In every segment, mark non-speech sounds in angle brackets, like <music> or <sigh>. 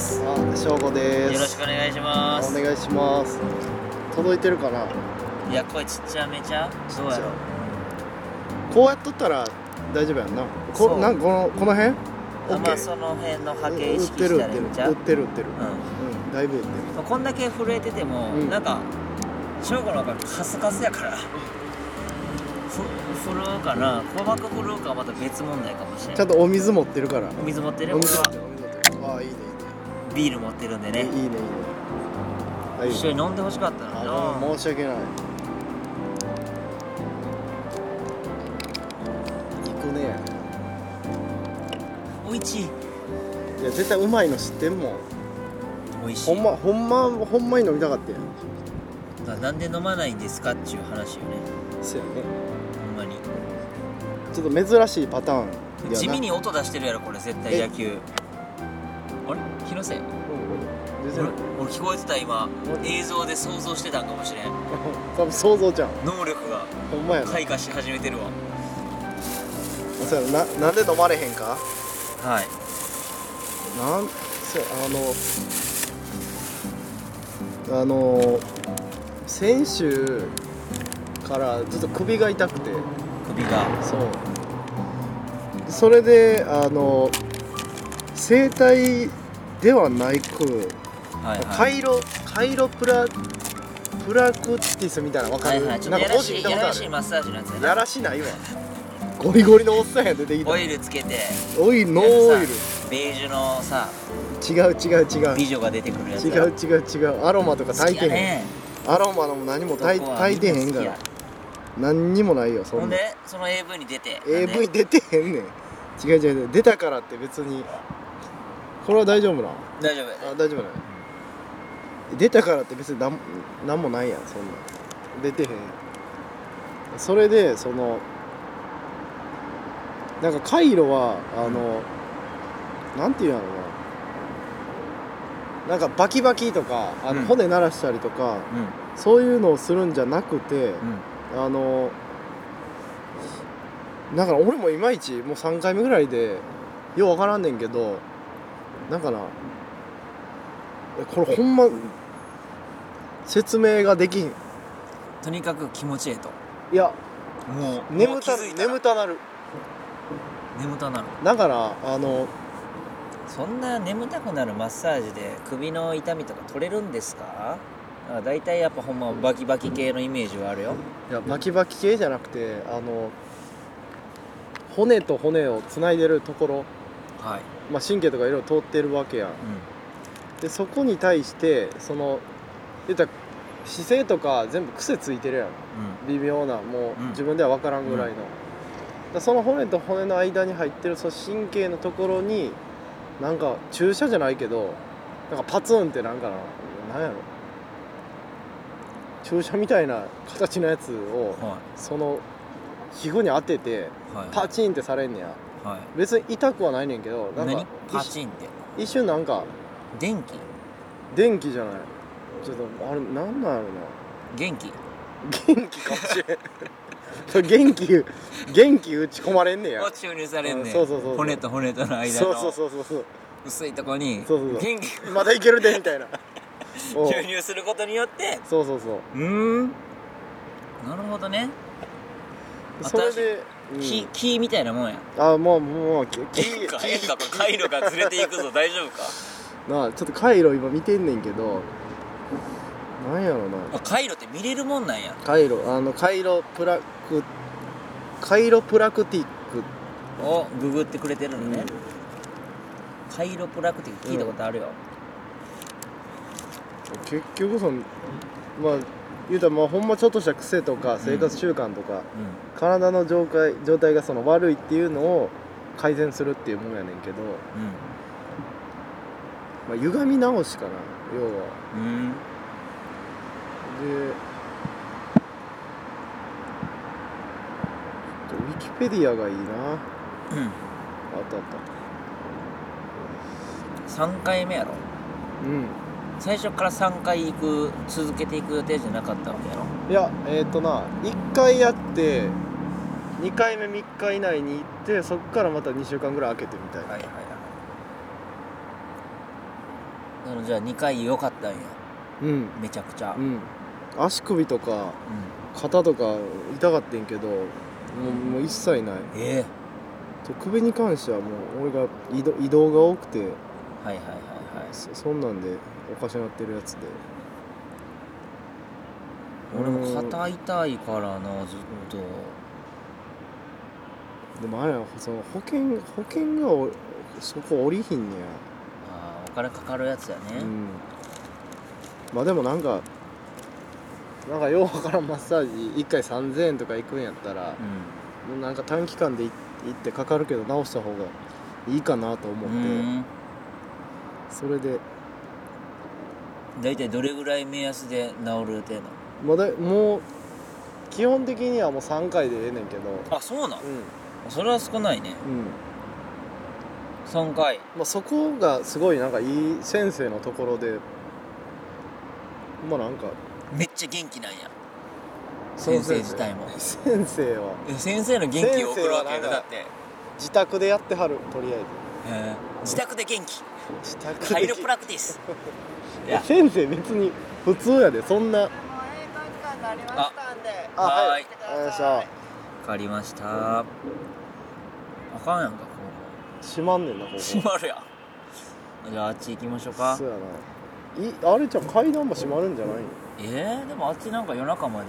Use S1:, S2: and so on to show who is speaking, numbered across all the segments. S1: 翔吾です
S2: よろしくお願いしま
S1: お
S2: す
S1: 願いします届いてるかない
S2: や声ちっちゃめちゃどうや
S1: じゃ
S2: ろう
S1: あこうやっとったら大丈夫やんな
S2: そ
S1: こ
S2: う
S1: なんこのこの辺
S2: あまあ
S1: OK
S2: その辺の波形
S1: う
S2: 意
S1: 売っ
S2: 識
S1: てる
S2: したら
S1: 売っ
S2: い
S1: て
S2: い
S1: る
S2: んちゃ
S1: 売っ
S2: う
S1: てる売ってる
S2: う
S1: うんだいぶ売ってる
S2: んこんだけ震えてても、
S1: うん
S2: なんか翔吾の方がカスカスやからふ震うから鼓膜震うかはまた別問題かもしれ
S1: ちゃ
S2: ない
S1: んとお水持ってるから
S2: お水持ってる
S1: お
S2: 僕
S1: 水持っ
S2: は
S1: てるお水持ってるああいいね
S2: ビール持ってるんで
S1: いい
S2: ね
S1: ねいいねいいね大
S2: 一
S1: 丈
S2: 緒
S1: 夫
S2: に飲んでほしかったのにな
S1: あ申し訳ない行くね
S2: おいちい
S1: いや絶対うまいの知ってんもん
S2: おいしい
S1: ほんまほんまほんまに飲みたかったやん
S2: だからなんで飲まないんですかっていう話よね
S1: そうやね
S2: ほんまに
S1: ちょっと珍しいパターンやな
S2: 地味に音出してるやろこれ絶対
S1: え
S2: 野球あれ広瀬
S1: うんうん全
S2: 俺
S1: 然
S2: 俺聞こえてた今
S1: うん
S2: 映像で想像してたんかもしれん
S1: <laughs> 多分想像じゃん
S2: 能力が
S1: ほんまやな
S2: 開花し始めてるわ
S1: そうやななんで飲まれへんか
S2: はい
S1: なんそうあのあの先週からずっと首が痛くて
S2: 首が
S1: そうそれであの整体ではないく
S2: はい
S1: カ
S2: はい
S1: イロカイロプラプラクティスみたいなの分か
S2: はい
S1: る、
S2: はいちょ
S1: な
S2: っ
S1: ん
S2: と
S1: か
S2: やら
S1: 講師
S2: し
S1: 見
S2: い
S1: た
S2: や
S1: ことあ
S2: らしい
S1: る
S2: マッサージのやつ
S1: や
S2: ね
S1: らしないわゴリゴリのおっさんや出てきた
S2: オイルつけて
S1: おいノーオイル
S2: ベージュのさ
S1: 違う違う違う
S2: 美女が出てくるやつ
S1: 違う違う違うアロマとか炊いてへん、
S2: ね
S1: アロマのも何も炊い
S2: 男は
S1: 炊いてへんか
S2: みんな
S1: ら
S2: 好き
S1: 何にもないよ
S2: や
S1: そ
S2: ほ
S1: ん
S2: ん
S1: な
S2: でその AV に出て
S1: AV 出てへんねん違う違う違う出たからって別にこれは大丈夫な
S2: 大丈
S1: あ大丈夫ない出たからって別になんなんもないやんそんな出てへんそれでそのなんかカイロはあのなんていうんやろうななんかバキバキとかあの、
S2: うん
S1: 骨鳴らしたりと
S2: 夫
S1: か
S2: うん
S1: そういうのをするんじゃなくて、
S2: うん
S1: あのだから俺もいまいちもう3回目ぐらいでようわからんねんけどなんかなこれほんま説明ができひん
S2: とにかく気持ちええと
S1: いや
S2: もうもう
S1: 眠
S2: 気
S1: た
S2: づいたら
S1: 眠たなる
S2: 眠たなる
S1: だからあの
S2: そんな眠たくなるマッサージで首の痛みとか取れるんですかあ大体やっぱほんまバキバキ系のイメージはあるよ
S1: いやバキバキ系じゃなくてあの骨と骨をつないでるところ、
S2: はい、
S1: まあ、神経とかいろいろ通ってるわけやん
S2: う
S1: でそこに対してその言ったら姿勢とか全部癖ついてるやん
S2: んうん、
S1: 微妙なもう
S2: うん
S1: 自分では分からんぐらいの、だからその骨と骨の間に入ってるその神経のところになんか注射じゃないけどなんかパツンってなんかななんやろ注射みたいな形のやつを
S2: は
S1: その皮膚に当てて
S2: いはい
S1: パチンってされんねや
S2: はい
S1: 別に痛くはないねんけどなん
S2: 何
S1: か
S2: パチンって
S1: 一瞬なんか
S2: 電気
S1: 電気じゃないちょっとあれなんなんやろな
S2: 元気
S1: 元気かもしれんそれ元気元気打ち込まれんねや
S2: を注入されんねん
S1: あそうそうそうそう
S2: 骨と骨との間
S1: そうそう
S2: の
S1: そうそうそう
S2: 薄いとこに
S1: そうそうそう
S2: 元気
S1: まだいけるでみ
S2: <laughs>
S1: たいなお
S2: を
S1: う
S2: 注入することによって
S1: そうそうそう
S2: うーんなるほどね、
S1: それで、
S2: 木
S1: う
S2: 木みたいなもんや
S1: ん、あもうもうきき
S2: 変化変化回路がずれていくぞ大丈夫か
S1: なあちょっと回路今見てんねんけどなんやろな
S2: あ回路って見れるもんなんや
S1: 回路あの回路プラク回路プラクティック
S2: おググってくれてるのね、カイロプラクティック聞いたことあるよ、
S1: 結局そのまあ言うたらまあほんまちょっとした癖とか生活習慣とか、
S2: うん
S1: 体の状態状態がその悪いっていうのを改善するっていうもんやねんけど、まあ、歪み直しかな要は
S2: うんうん
S1: でちょっとウィキペディアがいいなあったあっ
S2: 3回目やろ
S1: たうん
S2: 最初から3回行く続けていく予定じゃなかったわけやろ
S1: いやえっ、とな1回やって2回目3日以内に行ってそっからまた2週間ぐらい空けてみたいな、
S2: はいはいはいあのじゃあ2回良かったんや
S1: うん
S2: めちゃくちゃ、
S1: う
S2: うん
S1: ん足首とか肩とか痛かってんけどもうもう一切ない
S2: ええ
S1: と首に関してはもう俺が移動移動が多くて
S2: はいはいはいはい
S1: そそんなんでおかしなってるやつで
S2: 俺も肩痛いからなずっと
S1: でもあれやその保険保険がおそこ降りひんね
S2: あーお金かかるやつやね
S1: や、うん、まあでもなんかなんかようわからんマッサージ1回3000円とか行くんやったら、もうなんか短期間でい行ってかかるけど直した方がいいかなと思
S2: う
S1: っ
S2: ん
S1: て、
S2: うん
S1: それで
S2: 大体どれぐらい目安で治る程度
S1: まだもう基本的にはもう3回でええねんけど
S2: あそうなの
S1: うん
S2: それは少ないね
S1: うん
S2: 3回
S1: まあ、そこがすごいなんかいい先生のところでまあなんか
S2: めっちゃ元気なんや
S1: その
S2: 先生自体も
S1: 先生は
S2: え先生の元気を送るわけや
S1: 先生
S2: ろ
S1: は
S2: だ
S1: なんか
S2: って、
S1: 自宅でやってはるとりあえ
S2: えー自宅で元気
S1: ず自宅で
S2: カイロプラクティスいや
S1: 先生別に普通やでそんな
S3: もう営業時間になりましたんで。
S1: あ
S2: は
S1: はいい
S3: 来てく
S1: よい
S3: だ
S1: し
S3: さ
S1: ょ
S3: い。
S2: わかりましたあかんやんかこ
S1: 閉まんねんなここ
S2: う閉まるやんじゃああっち行きましょうか
S1: そうやないあれじゃん階段も閉まるんじゃないの
S2: えー、でもあっちなんか夜中まで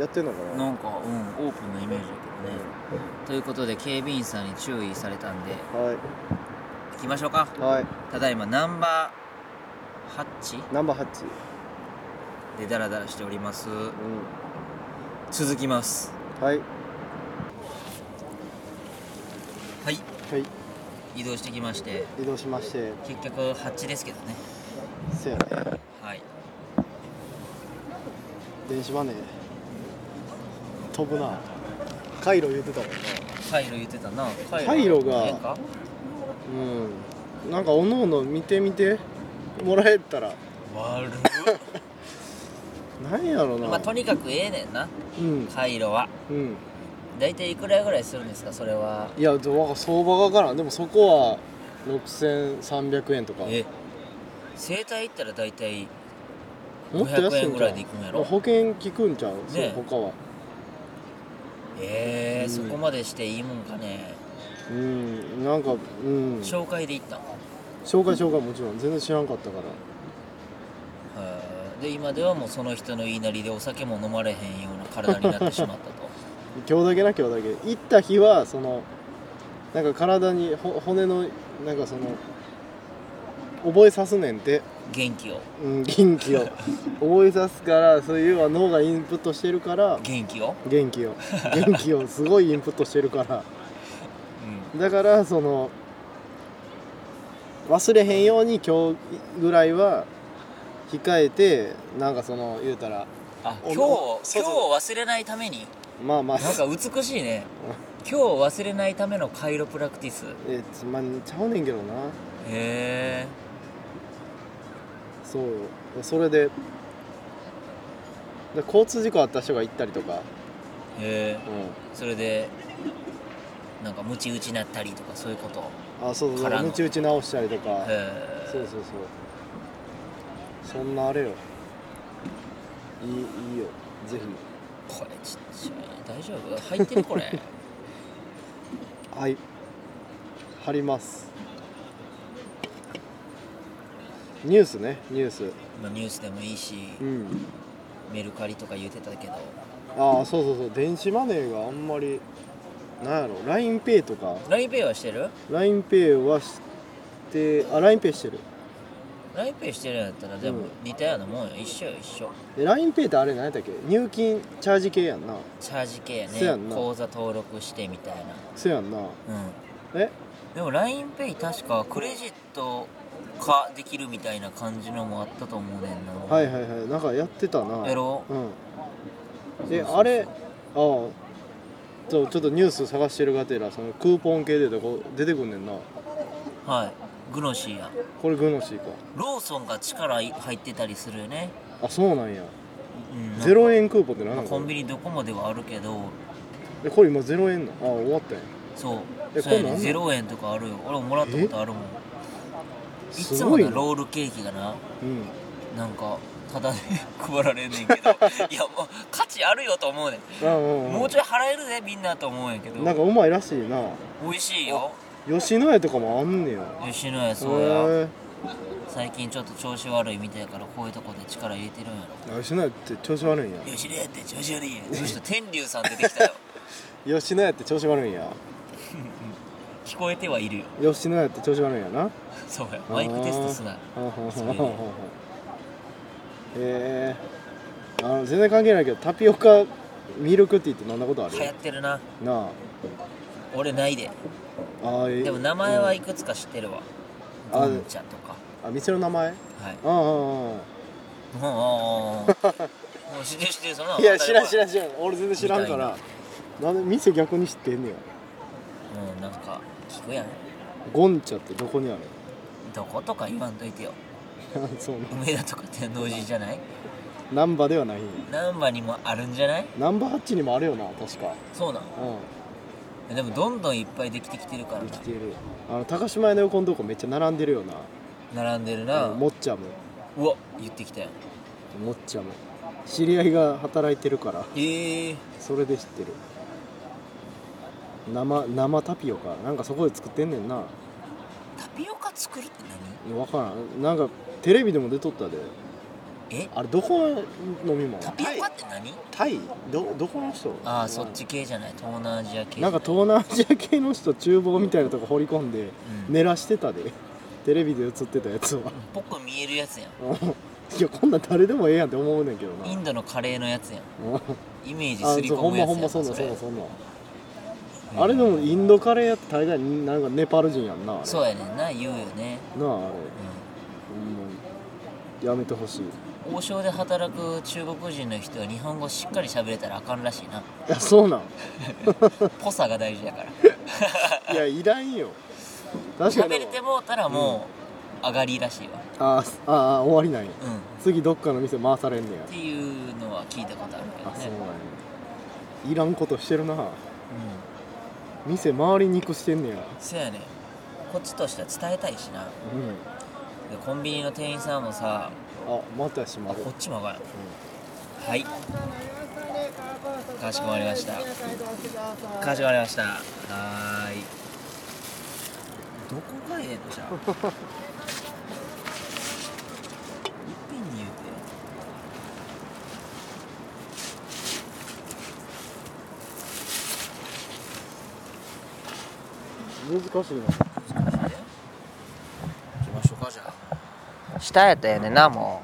S1: やってんのかな
S2: なんかうんオープンのイメージだけどねということで警備員さんに注意されたんで
S1: はい
S2: 行きましょうか
S1: はい
S2: ただいまナンバー8
S1: ナンバー8
S2: でダラダラしております
S1: う
S2: 続きます
S1: んはい
S2: はい
S1: はい
S2: 移動してきまして
S1: 移動しまして
S2: 結局8ですけどね
S1: せやね
S2: はい
S1: 電子マネー飛ぶなカイロ言ってたもんな
S2: カイロ言ってたなカ
S1: カイロが
S2: ええんか
S1: うんなんかおのおの見てみてもらえたら
S2: 悪
S1: なんやろな、
S2: まあとにかくええねんな
S1: うん
S2: カイロは
S1: うん
S2: 大体いくらぐらいするんですかそれはい
S1: やでもなんか相場がわからんでもそこは6300円とか
S2: え整体行ったら大体
S1: もっと安い
S2: 500円
S1: ん
S2: ぐ
S1: ちゃ
S2: ら
S1: う
S2: いで行くんやろ
S1: 保険効くんちゃう、
S2: ね
S1: そう他は
S2: ええ
S1: うん
S2: そこまでしていいもんかね
S1: うんなんかうん紹
S2: 紹介で行ったの
S1: 介紹介もちろん全然知らんかったから
S2: へえで今ではもうその人の言いなりでお酒も飲まれへんような体になってしまったと
S1: 今日だけな今日だけ行った日はそのなんか体にほ骨のなんかその覚えさすねんて、
S2: 元気を
S1: うん、元
S2: <laughs>
S1: 気を覚えさすからそういうのは脳がインプットしてるから
S2: 元気を
S1: 元気を元気をすごいインプットしてるから
S2: うん
S1: だからその忘れへんように今日ぐらいは控えてなんかその言うたら
S2: あ今
S1: お
S2: 日
S1: そう
S2: 今日
S1: そ
S2: を忘れないために
S1: まあまあ
S2: なんか美しいね今日を忘れないためのカイロプラクティスへ
S1: えつまんちゃうねんけどな
S2: え
S1: そうよそれでで交通事故あった人が行ったりとか、
S2: へえ
S1: う
S2: それでなんかムチ打ちなったりとかそういうこと
S1: ん、あそうそう
S2: からの
S1: ムチ打ち直したりとか
S2: へ
S1: そう
S2: え
S1: そうそうそんなあれよいいいいよぜひ
S2: これちっちゃい大丈夫入ってるこ
S1: <laughs>
S2: れ
S1: はい貼りますニュースねニュース
S2: まあニュースでもいいし
S1: うん
S2: メルカリとか言うてたけど
S1: ああそうそうそう電子マネーがあんまりなんやろ LINEPay とか
S2: l i n e イはしてる
S1: LINEPay はしてあ LINEPay してる
S2: l i n e イしてるんやったらでも
S1: うん
S2: 似たようなもんよ一緒よ一緒
S1: で LINEPay ってあれ何やったっけ入金チャージ系やんな
S2: チャージ系やね
S1: せやんな
S2: 口座登録してみたい
S1: そやんな
S2: なうん
S1: え
S2: でも LINEPay 確かクレジット化できるみたいな感じのもあったと思うねんな
S1: はいはいはいなんかやってたな
S2: やろ
S1: うん
S2: そう
S1: え
S2: そうそう
S1: あれああそうちょっとニュース探してるがてらそのクーポン系でとこ出てくんねんな
S2: はいグノシーや
S1: これグノシーか
S2: ローソンが力入ってたりするよね、
S1: あそうなんや
S2: うん、
S1: 0円クーポンって何
S2: ま
S1: な
S2: あ
S1: の
S2: コンビニどこもではあるけど
S1: えこれ今0円なあ終わったんや
S2: そ
S1: え
S2: うそうや
S1: こんなんあ
S2: ね
S1: んの
S2: 0円とかあるよ俺ももらったことあるもんい
S1: す
S2: つも
S1: ごい
S2: な
S1: な
S2: ロールケーキがな
S1: うん
S2: なんかただで <laughs> 配られんねんけ
S1: <laughs>
S2: どいやもう価値あるよと思うねん
S1: あうん
S2: も
S1: う
S2: うちょい払えるぜみんなと思うんやけど
S1: んなんかうまいらしいな
S2: 美味しいよ
S1: 吉野家とかもあんねや
S2: 吉野家そうや
S1: へ
S2: 最近ちょっと調子悪いみたいやからこういうとこで力入れてるんや
S1: え吉野家って調子悪いんや
S2: ろ吉野家って調子悪いやんそして天竜さん出てきたよ
S1: 吉野家って調子悪いんや
S2: 聞こえてはいるよ
S1: 吉野家って調子悪いんやな
S2: そうやマイクテストすな
S1: あーほんほ
S2: そ
S1: ん
S2: れ
S1: ほん
S2: で
S1: ほんほんへえあの全然関係ないけどタピオカミルクティーって飲んだことある
S2: 流行ってるな
S1: な
S2: 俺ないで
S1: ああ
S2: でも名前はいくつか知ってるわ
S1: うん
S2: ゴンちゃんとか
S1: あ店の名前
S2: はい
S1: うんうんうん
S2: もうもう知ってる知ってるその
S1: いや知らん知
S2: ら
S1: らん知らん俺全然知らんからなんで店逆に知ってんねや
S2: んうんなんか聞くやん
S1: ゴンチャってどこにある <laughs>
S2: どことか言わんといてよ
S1: そうな
S2: 梅田とか天王寺じゃない
S1: 難波ではないんや
S2: 難波にもあるんじゃない
S1: ナンバー8にもあるよな確か
S2: そうな
S1: う
S2: のでもどんどんいっぱいできてきてるから
S1: んで
S2: な
S1: きてるあの高島屋の横のとこめっちゃ並んでるよな
S2: 並んでるな
S1: あのもっちゃむ
S2: うわ言ってきたよ
S1: もっちゃむ知り合いが働いてるから
S2: ええ
S1: それで知ってる生生タピオカなんかそこで作ってんねんな
S2: タピオカ作るって
S1: 分からんなんかテレビでも出とったで
S2: 何え
S1: あれどこの飲み物
S2: タピオカって何
S1: タイどどこの人
S2: ああそっち系じゃない東南アジア系
S1: なんか東南アジア系の人厨房みたいなとこ掘り込んで
S2: うん
S1: 寝らしてたでテレビで映ってたやつは
S2: ぽく見えるやつやん
S1: <laughs> いやこんなん誰でもええやんって思うねんけどな
S2: インドのカレーのやつやん
S1: うん
S2: イメージ
S1: あ
S2: すり
S1: そうほ
S2: 込
S1: ん
S2: む
S1: ま
S2: やつ
S1: ほ
S2: やん
S1: んまそんなん
S2: そ
S1: そん
S2: れ
S1: なんそんなんあれでもインドカレーやって大概なんかネパール人やんなあれ
S2: そうやねんな言うよね、
S1: なああれ
S2: う
S1: うんやめてほしいい
S2: ん、王将で働く中国人の人は日本語しっかり喋れたらあかんら
S1: <laughs>
S2: しいな
S1: やそうなん
S2: ぽさが大事やから
S1: いやいらんよ確か
S2: 喋
S1: に
S2: れてもうたらもう上がりらしいわ
S1: ああああ終わりなんや
S2: うんっ
S1: 次どっかの店回されんねや
S2: ていうのは聞いたことあるけど
S1: あそう
S2: ね
S1: なんやいらんことしてるな店回りにくしてんねや
S2: うんそやねんこっちとしては伝えたいしな
S1: うん
S2: でコンビニの店員さんもさ
S1: あまた閉ま
S2: あ
S1: る
S2: こっちも上がるはいかしこまりましたかしこまりましたはーいどこがええのじゃあいっぺんに言う
S1: 難し
S2: て
S1: いな
S2: 難しいね行きましょうかじゃあ下やったよねんなも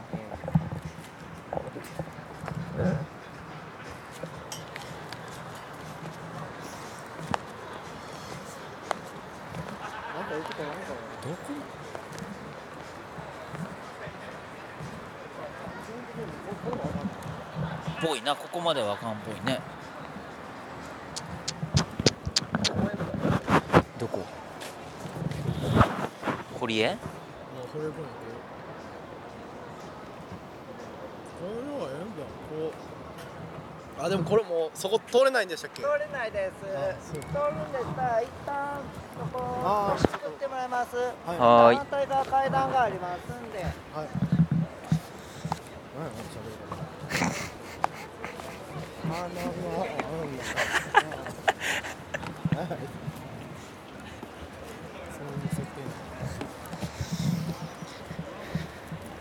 S1: なんかいいことないかな
S2: うどこぽいなここまではあかんぽいねどこ堀江
S1: あ、それ分やけこの量はええんだこうあ、でもこれもうそこ通れないんでしたっけ
S3: 通れないです
S1: あ
S3: 通
S1: そ
S3: る
S1: うん
S3: でしたら一旦そこ
S1: あ
S3: を
S1: ー
S3: 作ってもらいます
S1: はい
S2: はーい
S3: 反対側階段がありますんで
S1: はい何やこの喋り方あ、なるほどあなんだあはいそういう設定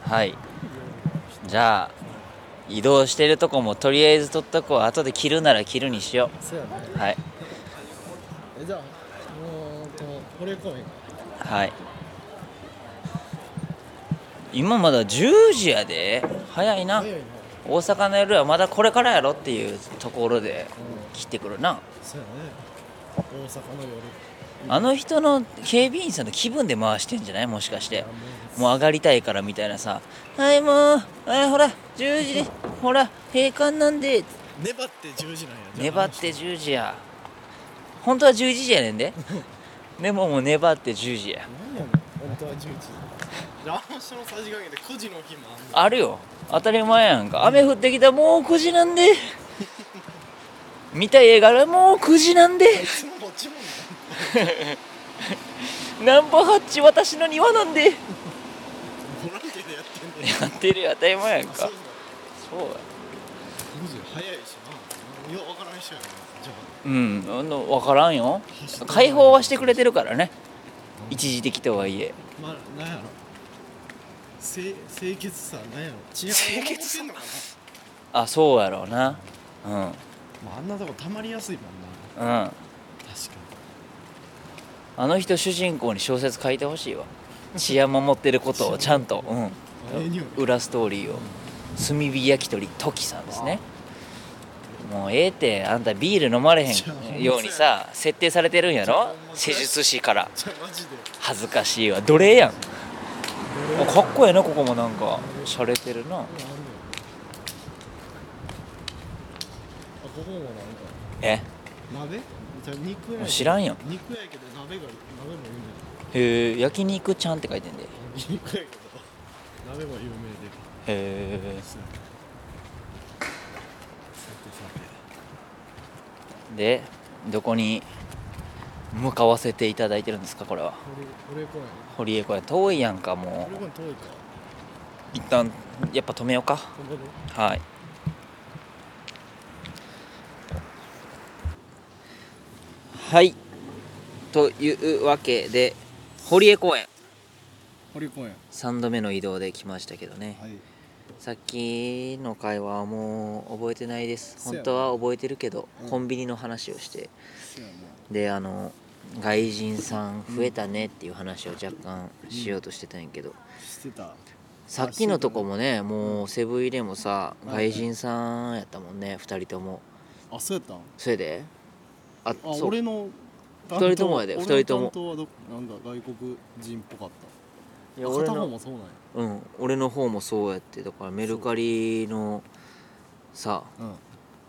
S2: はいじゃあ移動してるとこもとりあえず取っとこう後で切るなら切るにしよ
S1: そうやね
S2: うはい
S1: え、じゃあもうとこれ公園
S2: はい今まだ10時やで早いな
S1: 早いな
S2: 大阪の夜はまだこれからやろっていうところで切ってくるな
S1: そうやね大阪の夜
S2: あの人の警備員さんの気分で回してんじゃないもしかしてもう上がりたいからみたいなさ「はいもうはいほら10時でほら閉館なんで」
S1: 粘って10時なんやじゃあ
S2: 粘って10時や本当は11時やねんででももう粘って10時や
S1: 何やねん本当は11時ラーシのさじ加減で9時の日もあんの
S2: あるよ当たり前やんか雨降ってきたもう9時なんで見たい映画がもう9時なんで
S1: いつもこっちもんね
S2: ナンバーハッチ私の庭なんで
S1: けでやってんね
S2: やってるよ当たり前やん
S1: あ
S2: か
S1: そうだ
S2: そうや
S1: マジで早いしなようわからん人やなじゃあ
S2: うんあの分からんよ
S1: 走って
S2: 解放はしてくれてるからね一時的とはいえ
S1: まあなんやろ清清潔さなんやろ治
S2: 清
S1: 安を守
S2: 潔
S1: ってんのかな
S2: あそうやろうなうんうん
S1: まああんなとこたまりやすいもん
S2: あ
S1: な確か
S2: の人主人公に小説書いてほしいわ治安守ってることをちゃんと、、
S1: にあええ匂いううん
S2: 裏ストーリーを炭火焼き鳥トキさんですねもうええってあんたビール飲まれへんようにさ設定されてるんやろ施術師から
S1: じゃあマジで
S2: 恥ずかしいわ奴隷やんあかっこええなここもなんか洒落てるな
S1: あんのよあここもなんか
S2: え
S1: 鍋じゃあ肉やけど
S2: 知らんやん
S1: 肉やけど鍋が鍋も
S2: へえ焼肉ちゃんって書いてんでへ
S1: 有名肉やけど鍋も有名で
S2: え
S1: さてさて
S2: でどこに向かわせていただいてるんですかこれは
S1: これこれこれ
S2: 堀江湖や遠いやんかも
S1: これこれ遠いか
S2: う一旦やっぱ止めようか
S1: ここで
S2: はいはいというわけで堀江公園
S1: 堀公園
S2: 3度目の移動で来ましたけどね、
S1: はい
S2: さっきの会話はもう覚えてないです
S1: せや
S2: 本
S1: な
S2: 当は覚えてるけど、
S1: うん
S2: コンビニの話をして
S1: そうやな
S2: であの外人さん増えたねっていう話を若干しようとしてたんやけど、
S1: してた
S2: さっきのとこもねもうセブン入れもさ
S1: うん
S2: 外人さんやったもんね2人とも
S1: あそうやったん
S2: それであ
S1: あ
S2: そう
S1: 俺の担当
S2: 二人ともやで
S1: 俺の
S2: 二人とも
S1: 担当はどなんか外国人っぽかっ
S2: い
S1: た
S2: や
S1: あ
S2: 俺
S1: 片方
S2: の
S1: もそうなんや
S2: うん俺の方もそうやってだからメルカリのさ
S1: うん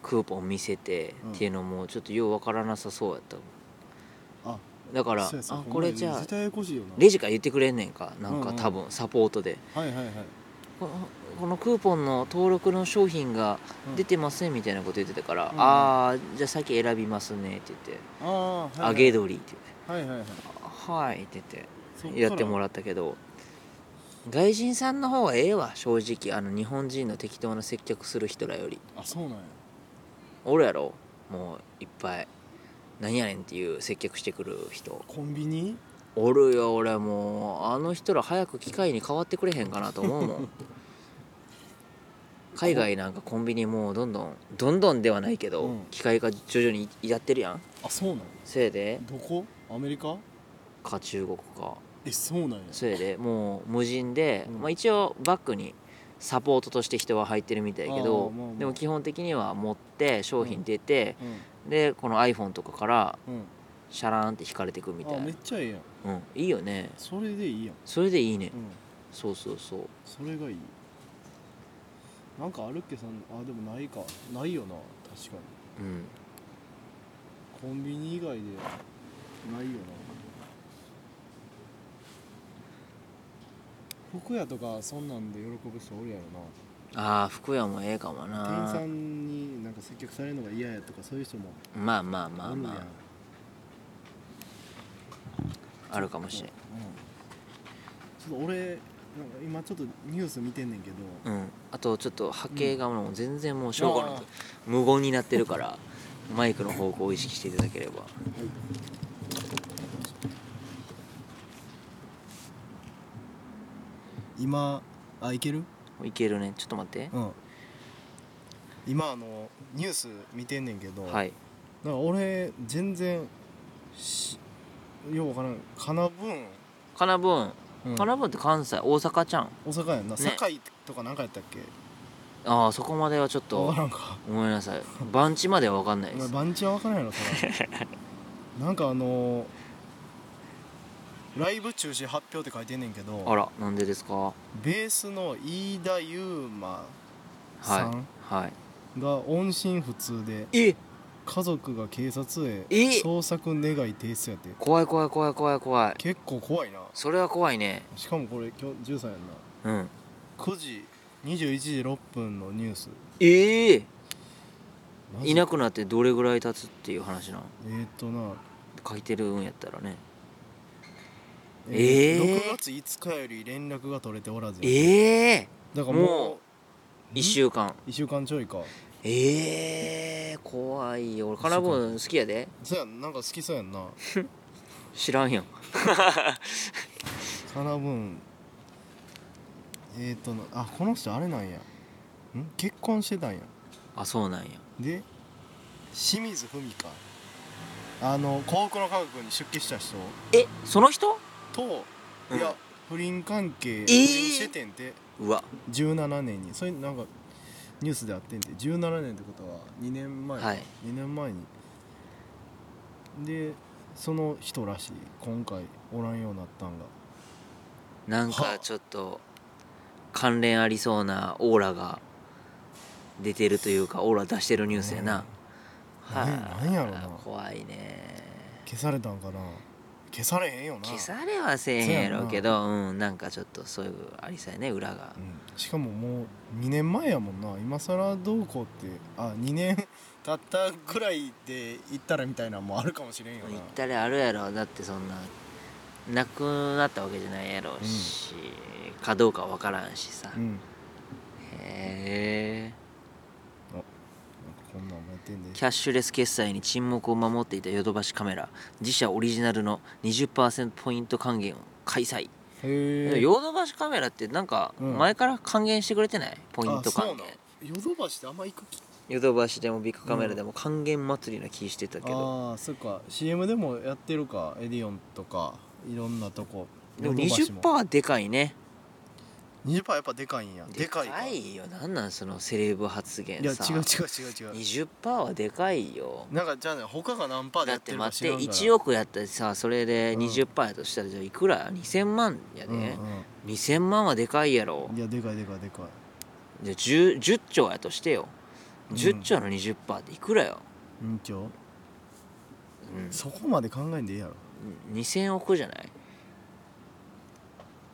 S2: クーポン見せて
S1: うん
S2: っていうのもちょっとようわからなさそうやったもん
S1: あ
S2: だから
S1: そうやそう
S2: あ
S1: や
S2: これじ
S1: ほんま
S2: ゃあ
S1: や絶対ややこしいよな
S2: レジから言ってくれんねんかなん
S1: うん
S2: か
S1: うん
S2: 多分サポートで
S1: はいはいはい
S2: このこのクーポンの登録の商品が
S1: うん
S2: 出てませんみたいなこと言ってたから、
S1: うんうん
S2: ああじゃあ先選びますねって言って
S1: ああはい
S2: 「
S1: はい
S2: 揚げ鶏」って
S1: はいはいはい
S2: 言って「はい」って言
S1: そ
S2: っ
S1: って
S2: やっても
S1: ら
S2: らったけど外人さんの方がええわ正直あの日本人の適当な接客する人らより
S1: あそうなんや
S2: 俺やろもういっぱい何やねんっていう接客してくる人
S1: コンビニ
S2: おるよ俺もうあの人ら早く機械に変わってくれへんかなと思う
S1: <laughs>
S2: もん海外なんかコンビニもうどんどんどんどんではないけど、
S1: うん
S2: 機械化徐々にやってるやん
S1: あそうなんや
S2: せいで
S1: どこアメリカ
S2: か中国か
S1: えそうなんや
S2: せいでもう無人で、
S1: うん
S2: まあ、一応バッグにサポートとして人は入ってるみたいやけ
S1: あ
S2: ど
S1: ーまあまあ
S2: でも基本的には持って商品出て、
S1: う
S2: でこの iPhone とかから
S1: んうん
S2: シャラーンって引かれてくみたい
S1: あ
S2: な
S1: めっ、ちゃええやん
S2: うん、いいよね
S1: それでいいやん
S2: それでいいね
S1: うん
S2: そうそうそう
S1: それがいいなんかあるっけさんあでもないかないよな確かに
S2: うん
S1: コンビニ以外でないよな服屋とかそんなんで喜ぶ人おるやろ
S2: ああ服屋もええかも
S1: な店員さ
S2: なん
S1: になんか接客されるのが嫌やとかそういう人も
S2: まあまあま
S1: お
S2: あ
S1: るやん、
S2: まああるかもしれん
S1: うん、ちょっと俺なんか今ちょっとニュース見てんねんけど
S2: うんあとちょっと波形がもう全然もう正午
S1: あ
S2: の
S1: ー
S2: 無言になってるからマイクの方向を意識していただければ
S1: 今あいける
S2: いけるねちょっと待って
S1: うん今あのニュース見てんねんけど、
S2: はい
S1: なんか俺全然しようわからんかなぶん、
S2: 金分
S1: うん
S2: 金分って関西大阪ちゃん
S1: 大阪やんな、
S2: ね
S1: 堺とか何かやったっけ
S2: ああそこまではちょっ
S1: わ
S2: と
S1: からんか
S2: ごめんなさい番地までは分かんない
S1: お
S2: で
S1: 前
S2: す
S1: 番地は分からんやろ
S2: <laughs>
S1: それなんかあのーライブ中止発表って書いてんねんけ
S2: あ
S1: ど
S2: らなんでですか
S1: ベースの飯田悠馬さ
S2: は
S1: ん
S2: いはい
S1: が音信不通で
S2: え
S1: 家族が警察へ
S2: え
S1: 捜索願い提出やって
S2: 怖い怖い怖い怖い怖い
S1: 結構怖いな
S2: それは怖いね
S1: しかもこれ今日13やんな
S2: うん
S1: 9時21時6分のニュース
S2: ええ
S1: マジ
S2: いなくなってどれぐらい経つっていう話な
S1: えーっとな
S2: 書いてるんやったらねえー
S1: 6月5日より連絡が取れておらず
S2: ええ
S1: だからもう
S2: も1週間
S1: 1週間ちょいか
S2: ええ怖いよ俺カラボン好きやで
S1: そやんなんか好きそうやんな
S2: 知らん <laughs> やん
S1: カナブーンえっ、ー、となあこの人あれなんやん結婚してたんや
S2: あそうなんや
S1: で清水文香あの幸福の科学に出家した人
S2: えその人
S1: と、
S2: うん
S1: いや不倫関係
S2: ー
S1: 不倫しててんて、
S2: うわ
S1: 17年にそれなんかニュースであってんて17年ってことは2年前、
S2: はい
S1: 2年前にでその人らしい今回おらんようになったんが
S2: なん
S1: は
S2: かちょっと関連ありそうなオーラが出てるというかオーラ出してるニュースやな、
S1: うんなんやろな
S2: 怖いね
S1: 消されたんかな消されへんよな
S2: 消されはせえへんやろうけどうんなんかちょっとそういうありさやね裏が
S1: うんしかももう2年前やもんな今更どうこうってあ2年
S2: <laughs>
S1: 経ったぐらいで行ったらみたいなのもあるかもしれんよ
S2: 行
S1: な
S2: ったりあるやろだってそんななくなったわけじゃないやろうし、かどうかわからんしさ、
S1: う
S2: へ
S1: ん
S2: え
S1: なんかこんなんもやってんで
S2: キャッシュレス決済に沈黙を守っていたヨドバシカメラ自社オリジナルの20%ポイント還元を開催
S1: へ
S2: ヨドバシカメラってなんか
S1: うん
S2: 前から還元してくれてない、ポイント
S1: あそ
S2: 還
S1: うな
S2: 元
S1: んヨドバシってあんま行く気
S2: ヨドバシでもビッグカメラでも還元祭りな気してたけど、
S1: ああそっか CM でもやってるかエディオンとかいろんなとこ
S2: でも
S1: ヨドバシも
S2: 20%でかいね
S1: 20%やっぱでかいんやでかいかい
S2: いよなんなんそのセレブ発言
S1: や違
S2: さ
S1: う違う違う違う
S2: 20%はでかいよ
S1: なんかじゃあね他が何パーで
S2: だ
S1: や
S2: っ
S1: って
S2: て
S1: るか
S2: 待
S1: 知
S2: っ
S1: らん
S2: て
S1: から
S2: 1億やったらさそれで
S1: うん
S2: 20%やとしたらじゃあいくら2000万やで、
S1: うん
S2: 2000万はでかいやろ
S1: うんいやでかいでかいでかい
S2: じゃあ 10, 10兆やとしてよ
S1: うん
S2: 10兆の20%っていくらよ、
S1: うんちょ
S2: うん
S1: そこまで考えんでいいやろ
S2: 2000億じゃない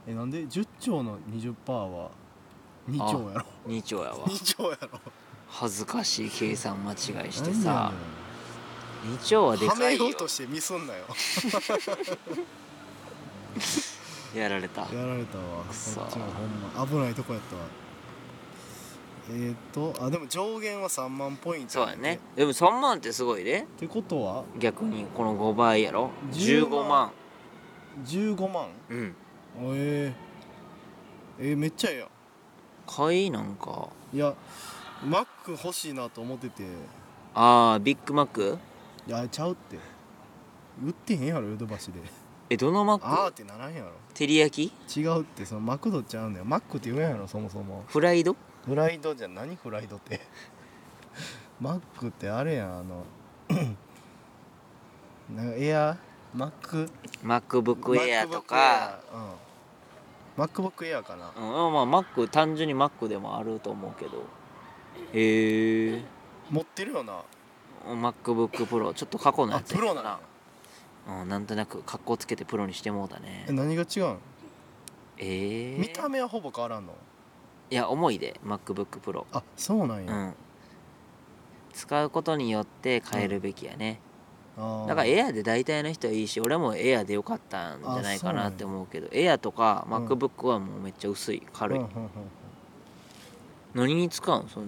S1: えなんで10兆の20%は2兆やろ
S2: 2兆やわ
S1: 2兆やろ
S2: 恥ずかしい計算間違いして
S1: 何や
S2: さ
S1: ねん
S2: 2兆はで
S1: は
S2: か
S1: め
S2: い
S1: よ
S2: よ
S1: うとしてミスんなよ
S2: やられた
S1: やられたわ
S2: くそ
S1: こっちもほんま危ないとこやったわえー、っとあでも上限は3万ポイント
S2: そうやねでも3万ってすごいで
S1: ってことは
S2: 逆にこの5倍やろ
S1: 10
S2: 15万
S1: 15万
S2: うん
S1: えー、えー、めっちゃええやん
S2: 買いなんか
S1: いやマック欲しいなと思ってて
S2: ああビッグマック
S1: いやちゃうって売ってへんやろヨドバシで
S2: えどのマ
S1: あー
S2: ック
S1: ってならへんやろ
S2: 照り焼き
S1: 違うってそのマクドちゃうんだよマックって言うんやろそもそも
S2: フライド
S1: フライドじゃ何フライドって <laughs> マックってあれやんあの <coughs> なんかエアマック
S2: MacBook Air とか
S1: MacBook Air うん MacBook Air かな
S2: うん、まあマック単純にマックでもあると思うけどへえ
S1: 持ってるよな
S2: MacBookPro ちょっと過去のや
S1: あ
S2: つ
S1: プロなんや
S2: うん、なんとなく格好つけてプロにしてもうだね
S1: え何が違うん
S2: ええ
S1: 見た目はほぼ変わらんの
S2: いや重いで MacBookPro
S1: あそうなん
S2: う
S1: や、
S2: ん使うことによって変えるべきやね、
S1: あー
S2: だからエアで大体の人はいいし俺もエアでよかったんじゃないかなって思うけどエアとか
S1: うん
S2: MacBook はもうめっちゃ薄い軽い、
S1: うんうんうん
S2: 何に使うんその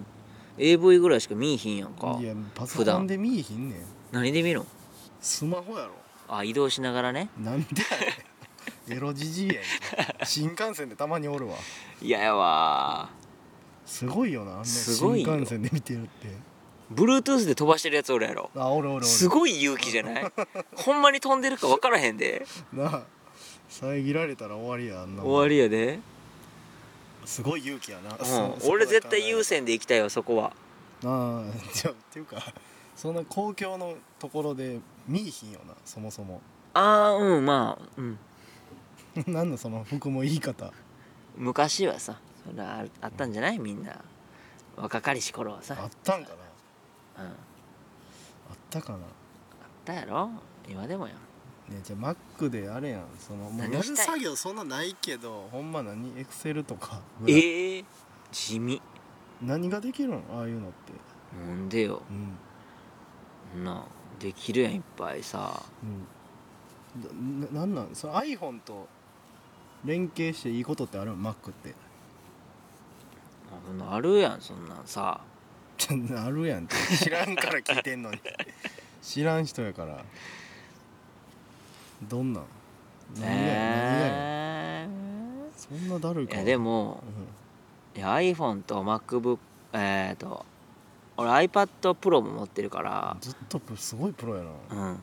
S2: AV ぐらいしか見いひんやんか
S1: いやパソコンで見えひんねん
S2: 何で見るん
S1: スマホやろ
S2: あ移動しながらね
S1: なんでや
S2: <laughs>
S1: ねんエロじじいやんけ新幹線でたまにおるわ
S2: いややわ
S1: すごいよなあんな
S2: すごい
S1: 新
S2: よ
S1: 幹線で見てるって
S2: ー Bluetooth で飛ばしてるやつおるやろ
S1: あおるおるおる
S2: すごい勇気じゃない
S1: <laughs>
S2: ほんまに飛んでるか分からへんで
S1: なあ遮られたら終わりやあんな
S2: 終わりやで、
S1: りすごい勇気やな、
S2: う
S1: そ
S2: ん、俺絶対優
S1: そこ
S2: 先で行きたいわそこは
S1: だからなあじゃあっていうかそんな公共のところで見いひんよなそもそも <laughs>
S2: ああうんまあうん
S1: なんだその服も言い方
S2: 昔はさそれあるあったんじゃないみんな若かりし頃はさ、
S1: あったんかな
S2: うん、あっ
S1: あったかな
S2: たやろ今でもやん
S1: ねじゃあマックであれやんそのもう
S2: 何
S1: やる
S2: したい
S1: 作業そんなないけどほんま何エクセルとかぐらい
S2: ええ地味
S1: 何ができるのああいうのって
S2: なんでよ
S1: うん
S2: そんなできるやんいっぱいさ
S1: うんななんなんその iPhone と連携していいことってあるの Mac って
S2: あんなあるやんそんなんさ
S1: ちょあるやんって知らんから聞いてんのに知らん人やからどんなん何がや何がや
S2: ねえ
S1: そんなだるい
S2: い
S1: か
S2: やで
S1: も、
S2: も
S1: うん
S2: いや iPhone と MacBook えっ、と俺 iPadPro も持ってるから
S1: ずっとプすごいプロやな
S2: うん
S1: うん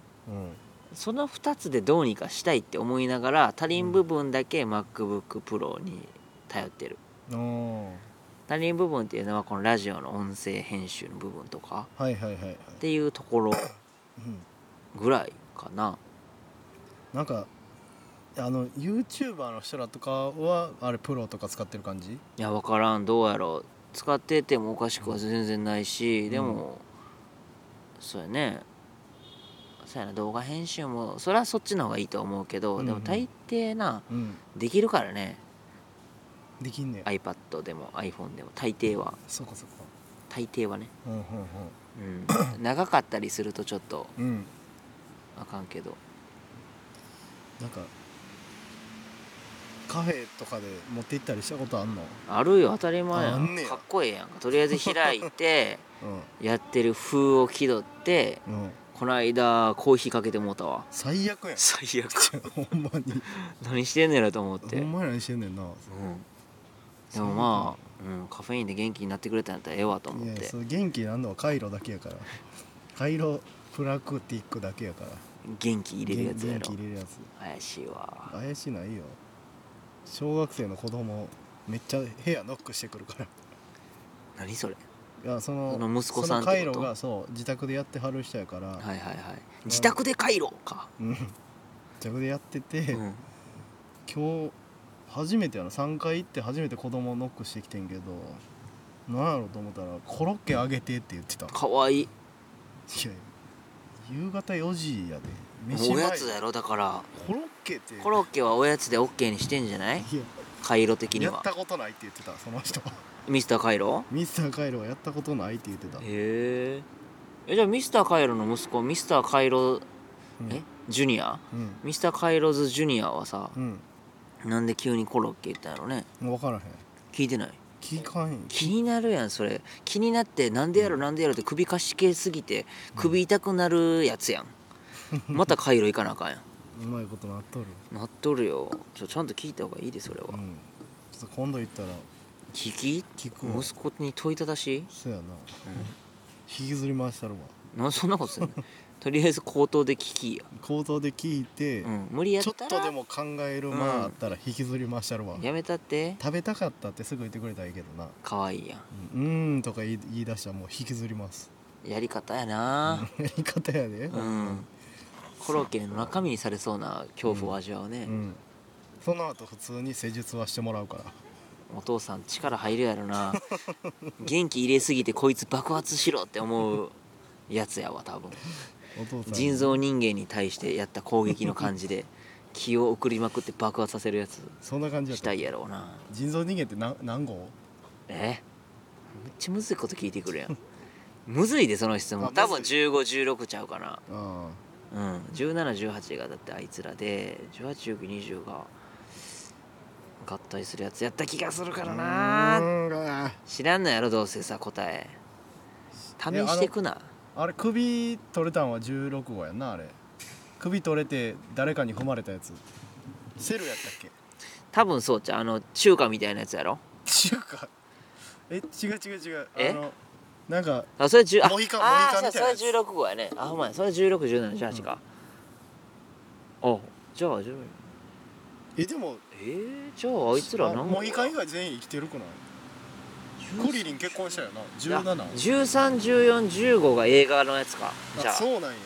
S2: その2つでどうにかしたいって思いながら他人部分だけ MacBookPro に頼ってる
S1: お
S2: 他人部分っていうのはこのラジオの音声編集の部分とか
S1: ーはいはいはいはい
S2: っていうところ
S1: うん
S2: ぐらいかな
S1: なんかあの YouTuber の人らとかはあれプロとか使ってる感じ
S2: いや分からんどうやろう使っててもおかしくは全然ないしでも、そうやねそうやな動画編集もそれはそっちの方がいいと思うけど、で
S1: うんう
S2: も
S1: ん
S2: 大抵な
S1: うん
S2: できるからね
S1: できんねや
S2: iPad でも iPhone でも大抵は
S1: そうかそうか
S2: 大抵はね、
S1: うんうん <laughs>
S2: うん、長かったりするとちょっと
S1: うんうん
S2: あかんけど
S1: なんかカフェとかで持って行ったりしたことあんの
S2: あるよ当たり前
S1: あ
S2: や
S1: あん
S2: ん
S1: ねや
S2: かっこええやんかとりあえず開い
S1: <laughs>
S2: て
S1: う
S2: やってる風を気取って
S1: んうん
S2: この間コーヒーかけてもうたわ
S1: 最悪やん
S2: 最悪
S1: <laughs> ほんまに
S2: 何してんねやろと思って
S1: ほんまや何してんねんな
S2: うん、でもまあ、うん、カフェインで元気になってくれたんやったらええわと
S1: い
S2: 思っ
S1: や
S2: て
S1: そう元気なんのはカイロだけやからカイロプラクティックだけやから
S2: 元気入れるやつや
S1: 元気
S2: ろ
S1: 入れるやつ
S2: 怪しいわ
S1: 怪しないよ小学生の子供めっちゃ部屋ノックしてくるから
S2: 何それ
S1: いやその
S2: その息子さんってこと
S1: そのカイロがそう自宅でやってはる人やから、
S2: はいはいはい自宅で帰ろうか、
S1: うん自宅でやってて、
S2: うん、
S1: 今日初めてやな3回行って初めて子供ノックしてきてんけどなんやろうと思ったら「コロッケあげて」って言ってたい
S2: かわいい
S1: や夕方4時やで
S2: おやつやろだから
S1: コロッケって
S2: コロッケはおやつで OK にしてんじゃない
S1: いや
S2: カイロ的に
S1: やっ
S2: は
S1: たことないって言ってたその人 <laughs>
S2: ミスターカイロ
S1: ミスターカイロはやったことないって言ってた、
S2: へええじゃあミスターカイロの息子ミスターカイロ
S1: うん
S2: えジュニア
S1: うん
S2: ミスターカイロズジュニアはさ
S1: うん
S2: なんで急にコロッケ言ったんやろね
S1: 分からへん
S2: 聞いてない
S1: 聞かへん
S2: 気になるやんそれ気になってなんでやろなんでやろって首かしげすぎて首痛くなるやつや
S1: <laughs>
S2: んまたカイロ行かなあかんや
S1: うまいことなっとる
S2: んなっとるよちょちゃんと聞いた方がいいでそれは
S1: うんちょっと今度行ったら
S2: 聞き
S1: 聞くわ
S2: 息子に問いただし
S1: そうやな、引きずり回したるわ
S2: なんそんなこと
S1: <laughs>
S2: すんのとりあえず口頭で聞きや、
S1: 口頭で聞いて、
S2: うん、無理やっ
S1: ちょったとで
S2: ら
S1: も考える
S2: うん
S1: まああったら引きずり回したるわ、
S2: やめたって
S1: 食べたかったってすぐ言ってくれたらいいけどな
S2: 可愛いや
S1: うんうーんとか言い言い出したらもう引きずります
S2: んやり方や
S1: <laughs>
S2: な
S1: やり方やで
S2: うんコロッケの中身にされそうな恐怖を味わうね
S1: う、んその後普通に施術はしてもらうから
S2: お父さん力入るやろ
S1: <laughs>
S2: な元気入れすぎてこいつ爆発しろって思うやつやわ多分
S1: お父さん
S2: 人造人間に対してやった攻撃の感じで
S1: <laughs>
S2: 気を送りまくって爆発させるやつ
S1: そんな感じやっ
S2: したたいやろう
S1: <laughs>
S2: な
S1: 人造人間って何何号
S2: えめっちゃむずいこと聞いてくるや
S1: <laughs>
S2: んむずいでその質
S1: あ
S2: 問
S1: むずい
S2: 多分1516ちゃうかな
S1: あ
S2: うん1718がだってあいつらで181920が合体するやつやった気がするからな
S1: あ
S2: 知らんのやろどうせさ答え試
S1: えあの
S2: してくな
S1: あれ首取れたんは16号やんなあれ首取れて誰かに踏まれたやつセルやったっけ
S2: 多分そうちゃうあの中華みたいなやつやろ
S1: 違うかえ違う違う違う
S2: え
S1: あのなんか
S2: あそれ10あ
S1: モヒカン
S2: あ
S1: モヒカンみたいな
S2: そ
S1: や
S2: う
S1: つ
S2: それ16号やねあほんまやそれ161718か、あじゃあじゃあ
S1: えでも
S2: えー、じゃああいつら何
S1: モヒカン以外全員生きてるくないクリリン結婚したよな17
S2: 131415が映画のやつかじゃ
S1: あ
S2: あ
S1: そうなんや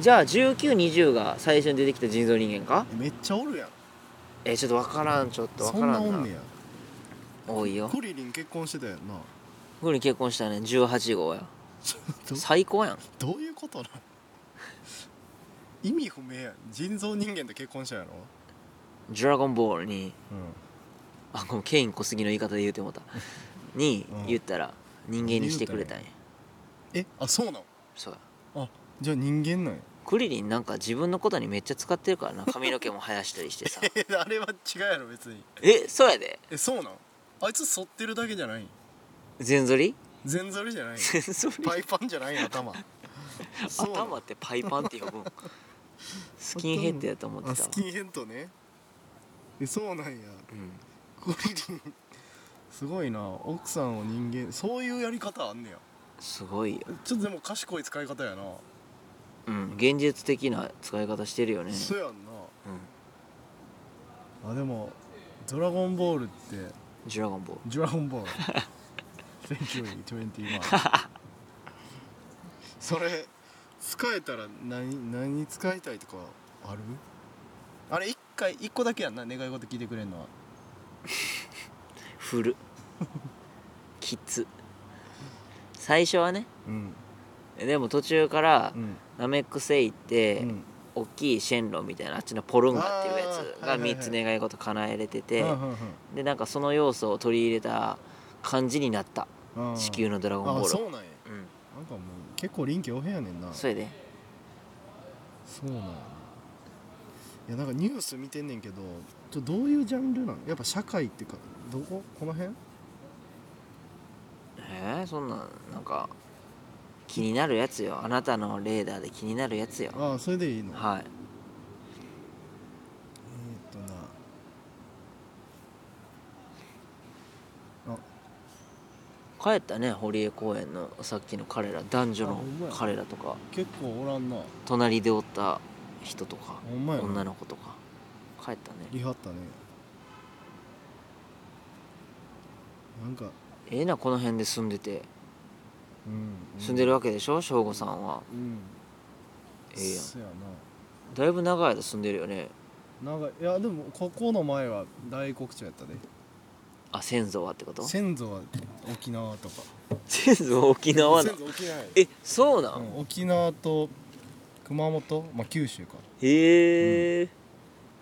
S2: じゃあ1920が最初に出てきた人造人間か
S1: めっちゃおるやん
S2: えー、ちょっとわからんちょっとわ
S1: そ
S2: か
S1: ん
S2: ら
S1: なんお
S2: なん
S1: ねや
S2: 多いよ
S1: クリリン結婚してたよな
S2: ふうに結婚したね18号や
S1: ちょっと
S2: 最高やん
S1: どういうことなん意味不明やん人造人間と結婚したやろ
S2: ドラゴンボールに
S1: うん
S2: あこのケイン小杉の言い方で言うてもうたに
S1: うん
S2: 言ったら人間にしてくれたんや
S1: えあそうなの
S2: そうや
S1: あじゃあ人間なんや
S2: クリリンなんか自分のことにめっちゃ使ってるからな髪の毛も生やしたりしてさ <laughs>
S1: あれは違うやろ別に
S2: えそうやで
S1: えそうなんあいつ剃ってるだけじゃない
S2: 全剃り
S1: 全剃りじゃない
S2: 全剃り
S1: パイパンじゃないの頭そうなの
S2: 頭ってパイパンって呼ぶんスキンヘッドやと思って
S1: あ
S2: たわ
S1: スキンヘッドねえそうな
S2: う
S1: んや
S2: ん
S1: ゴリリンすごいな奥さんを人間そういうやり方あんねや
S2: すごいよ
S1: ちょっとでも賢い使い方やな、
S2: うん現実的な使い方してるよね
S1: そうやんな
S2: うん
S1: あでも「ドラゴンボール」って
S2: ドラゴンボール
S1: 「ドラゴンボール」「2021」それ使えたら何何使いたいとかあるあれ一回一個だけやんな願い事聞いてくれんのは
S2: フルキッズ最初はね
S1: うん
S2: でも途中から
S1: うん
S2: ナメック星行って、
S1: うん
S2: 大きいシェンロンみたいなあっちのポルンガっていうやつ
S1: あーは
S2: が
S1: いはいは
S2: 3
S1: い
S2: つ願い事叶えれてて、
S1: うんうん
S2: でなんかその要素を取り入れた感じになった
S1: う
S2: 「
S1: ん
S2: 地球のドラゴンボ
S1: あ
S2: ール」
S1: そうな
S2: う
S1: んや
S2: ん
S1: なんかもう結構臨機応変やねんな
S2: それで
S1: そうなんやいやなんかニュース見てんねんけどちょどういうジャンルなのやっぱ社会っていうかどここの辺
S2: えー、そんなんなんか気になるやつよあなたのレーダーで気になるやつよ
S1: ああそれでいいの
S2: はい
S1: えー、っとな
S2: 帰ったね堀江公園のさっきの彼ら男女
S1: あほ
S2: の
S1: んまや
S2: 彼らとか
S1: 結構おらんな
S2: 隣でおった人とか
S1: ほんまやな
S2: 女の子とか帰ったね
S1: リハったねなんか
S2: ええなこの辺で住んでて
S1: うん
S2: 住んでるわけでしょ省吾さんは
S1: うん
S2: ええやん
S1: そや
S2: だいぶ長い間住んでるよね
S1: ななんかいやでもここの前は大黒茶やったで
S2: あ先祖はってこと
S1: 先祖は沖縄とか
S2: 先祖は沖縄な
S1: 先祖沖縄や
S2: えそうなん、
S1: うん沖縄と熊本、まあ、九州か
S2: へえ、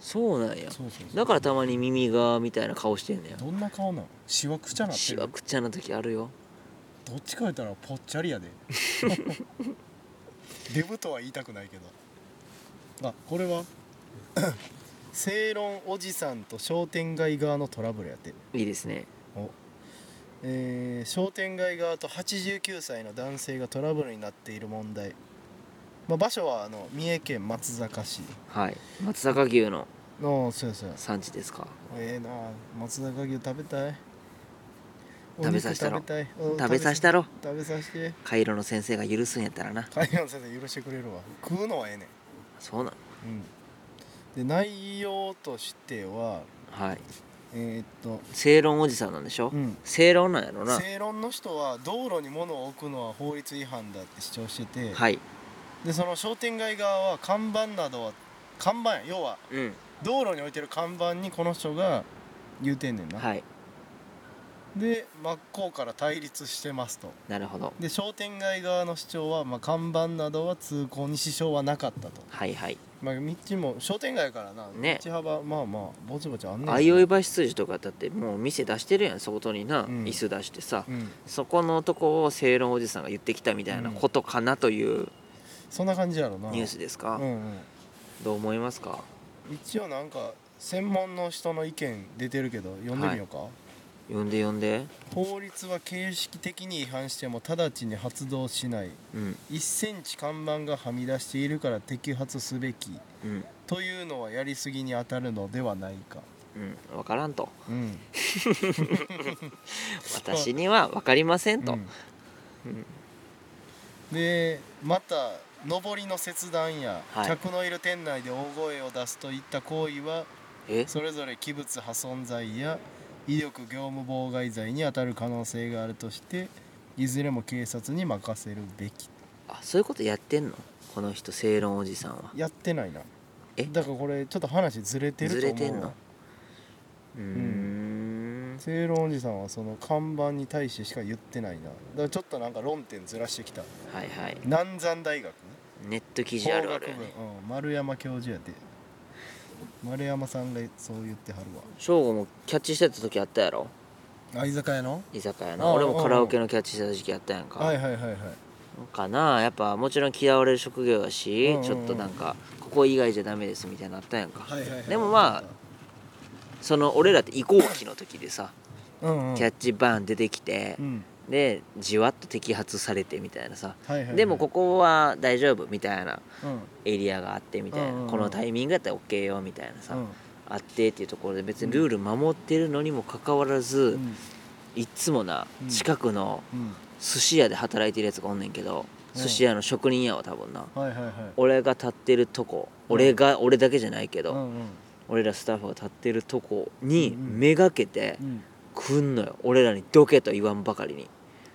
S2: そうなんや
S1: そうそうそう
S2: だからたまに耳がみたいな顔してんねや
S1: どんな顔なのしわくちゃなって
S2: し
S1: る
S2: わくちゃな時あるよ
S1: どっちか言ったらぽっちゃ
S2: <laughs>
S1: りやでデブとは言いたくないけどあこれは <clears throat> 正論おじさんと商店街側のトラブルやって
S2: いいですね
S1: おえー商店街側と89歳の男性がトラブルになっている問題、まあ、場所はあの三重県松坂市
S2: はい松阪牛の
S1: のそうやそうや
S2: 産地ですか
S1: ええなあ松坂牛食べたい
S2: 食べさせたろ
S1: お肉食べたいうん
S2: 食べさせたろ
S1: 食べさせて
S2: カイロの先生が許すんやったらな
S1: 海岸先生許してくれるわ食うのはええねん
S2: そうなん
S1: うんで内容としては
S2: はい
S1: えーっと
S2: 正論おじさんなんでしょ、
S1: うん
S2: 正論なんやろな
S1: 正論の人は道路に物を置くのは法律違反だって主張してて、
S2: はい
S1: でその商店街側は看板などは看板や要は
S2: うん
S1: 道路に置いてる看板にこの人が言うてんねんな、
S2: はい
S1: で真っ向から対立してますと
S2: なるほど
S1: で商店街側の主張は、まあ、看板などは通行に支障はなかったと、
S2: はいはい
S1: まあ、道も商店街やからな、
S2: ね
S1: 道幅まあまあぼちぼちあんねんけど
S2: あいおい橋筋とかだってもう店出してるやん外にな、
S1: うん
S2: 椅子出してさ、
S1: うん
S2: そこのとこを正論おじさんが言ってきたみたいなことかなという
S1: そんな感じやろな
S2: ニュースですか、
S1: うんうん
S2: どう思いますか
S1: 一応なんか専門の人の意見出てるけど読んでみようか、
S2: 呼んで呼んで
S1: 法律は形式的に違反しても直ちに発動しない
S2: うん
S1: 1センチ看板がはみ出しているから摘発すべき
S2: うん
S1: というのはやりすぎに当たるのではないか
S2: うん分からんと
S1: うん
S2: 私には分かりませんと、
S1: うんでまた上りの切断や、
S2: はい
S1: 客のいる店内で大声を出すといった行為は
S2: え
S1: それぞれ器物破損罪や威力業務妨害罪に当たる可能性があるとしていずれも警察に任せるべき
S2: あそういうことやってんのこの人正論おじさんは
S1: やってないな
S2: え
S1: だからこれちょっと話ずれてると
S2: ず
S1: 思う
S2: れてんのうーん
S1: 正論おじさんはその看板に対してしか言ってないなだからちょっとなんか論点ずらしてきた
S2: はいはい
S1: 南山大学
S2: ネット記事あ
S1: 法
S2: るあ
S1: 学
S2: る
S1: 部、
S2: よね
S1: うん、丸山教授やて丸山さんがそう言ってはる
S2: 省吾もキャッチしてた時あったやろ
S1: わあ居酒屋の
S2: 居酒屋
S1: あ
S2: の
S1: あ
S2: 俺もカラオケのキャッチしてた時期あったやんか、
S1: はいはいはいはい
S2: かなやっぱもちろん嫌われる職業やし、
S1: うんうんうん
S2: ちょっとなんかここ以外じゃダメですみたいになったやんか、
S1: はいはいはい
S2: でもまあその俺らって移行期の時でさ、
S1: うんうん
S2: キャッチバーン出てきて
S1: う、ん
S2: でじわっと摘発されてみたいなさ、
S1: はいはいはい
S2: でもここは大丈夫みたいな
S1: うん
S2: エリアがあってみたいな、
S1: うんうんうん
S2: このタイミングやったら OK よみたいなさ、
S1: うん
S2: あってっていうところで別にルール守ってるのにもかかわらず、
S1: うん
S2: いっつもな
S1: うん
S2: 近くの
S1: うん
S2: 寿司屋で働いてるやつがおんねんけど、
S1: うん
S2: 寿司屋の職人やわ多分な、
S1: はいはいはい
S2: 俺が立ってるとこ
S1: うん
S2: 俺が俺だけじゃないけど、
S1: うんうん
S2: 俺らスタッフが立ってるとこに
S1: うんうん
S2: めがけて
S1: うん
S2: 来んのよ俺らにどけと言わんばかりに、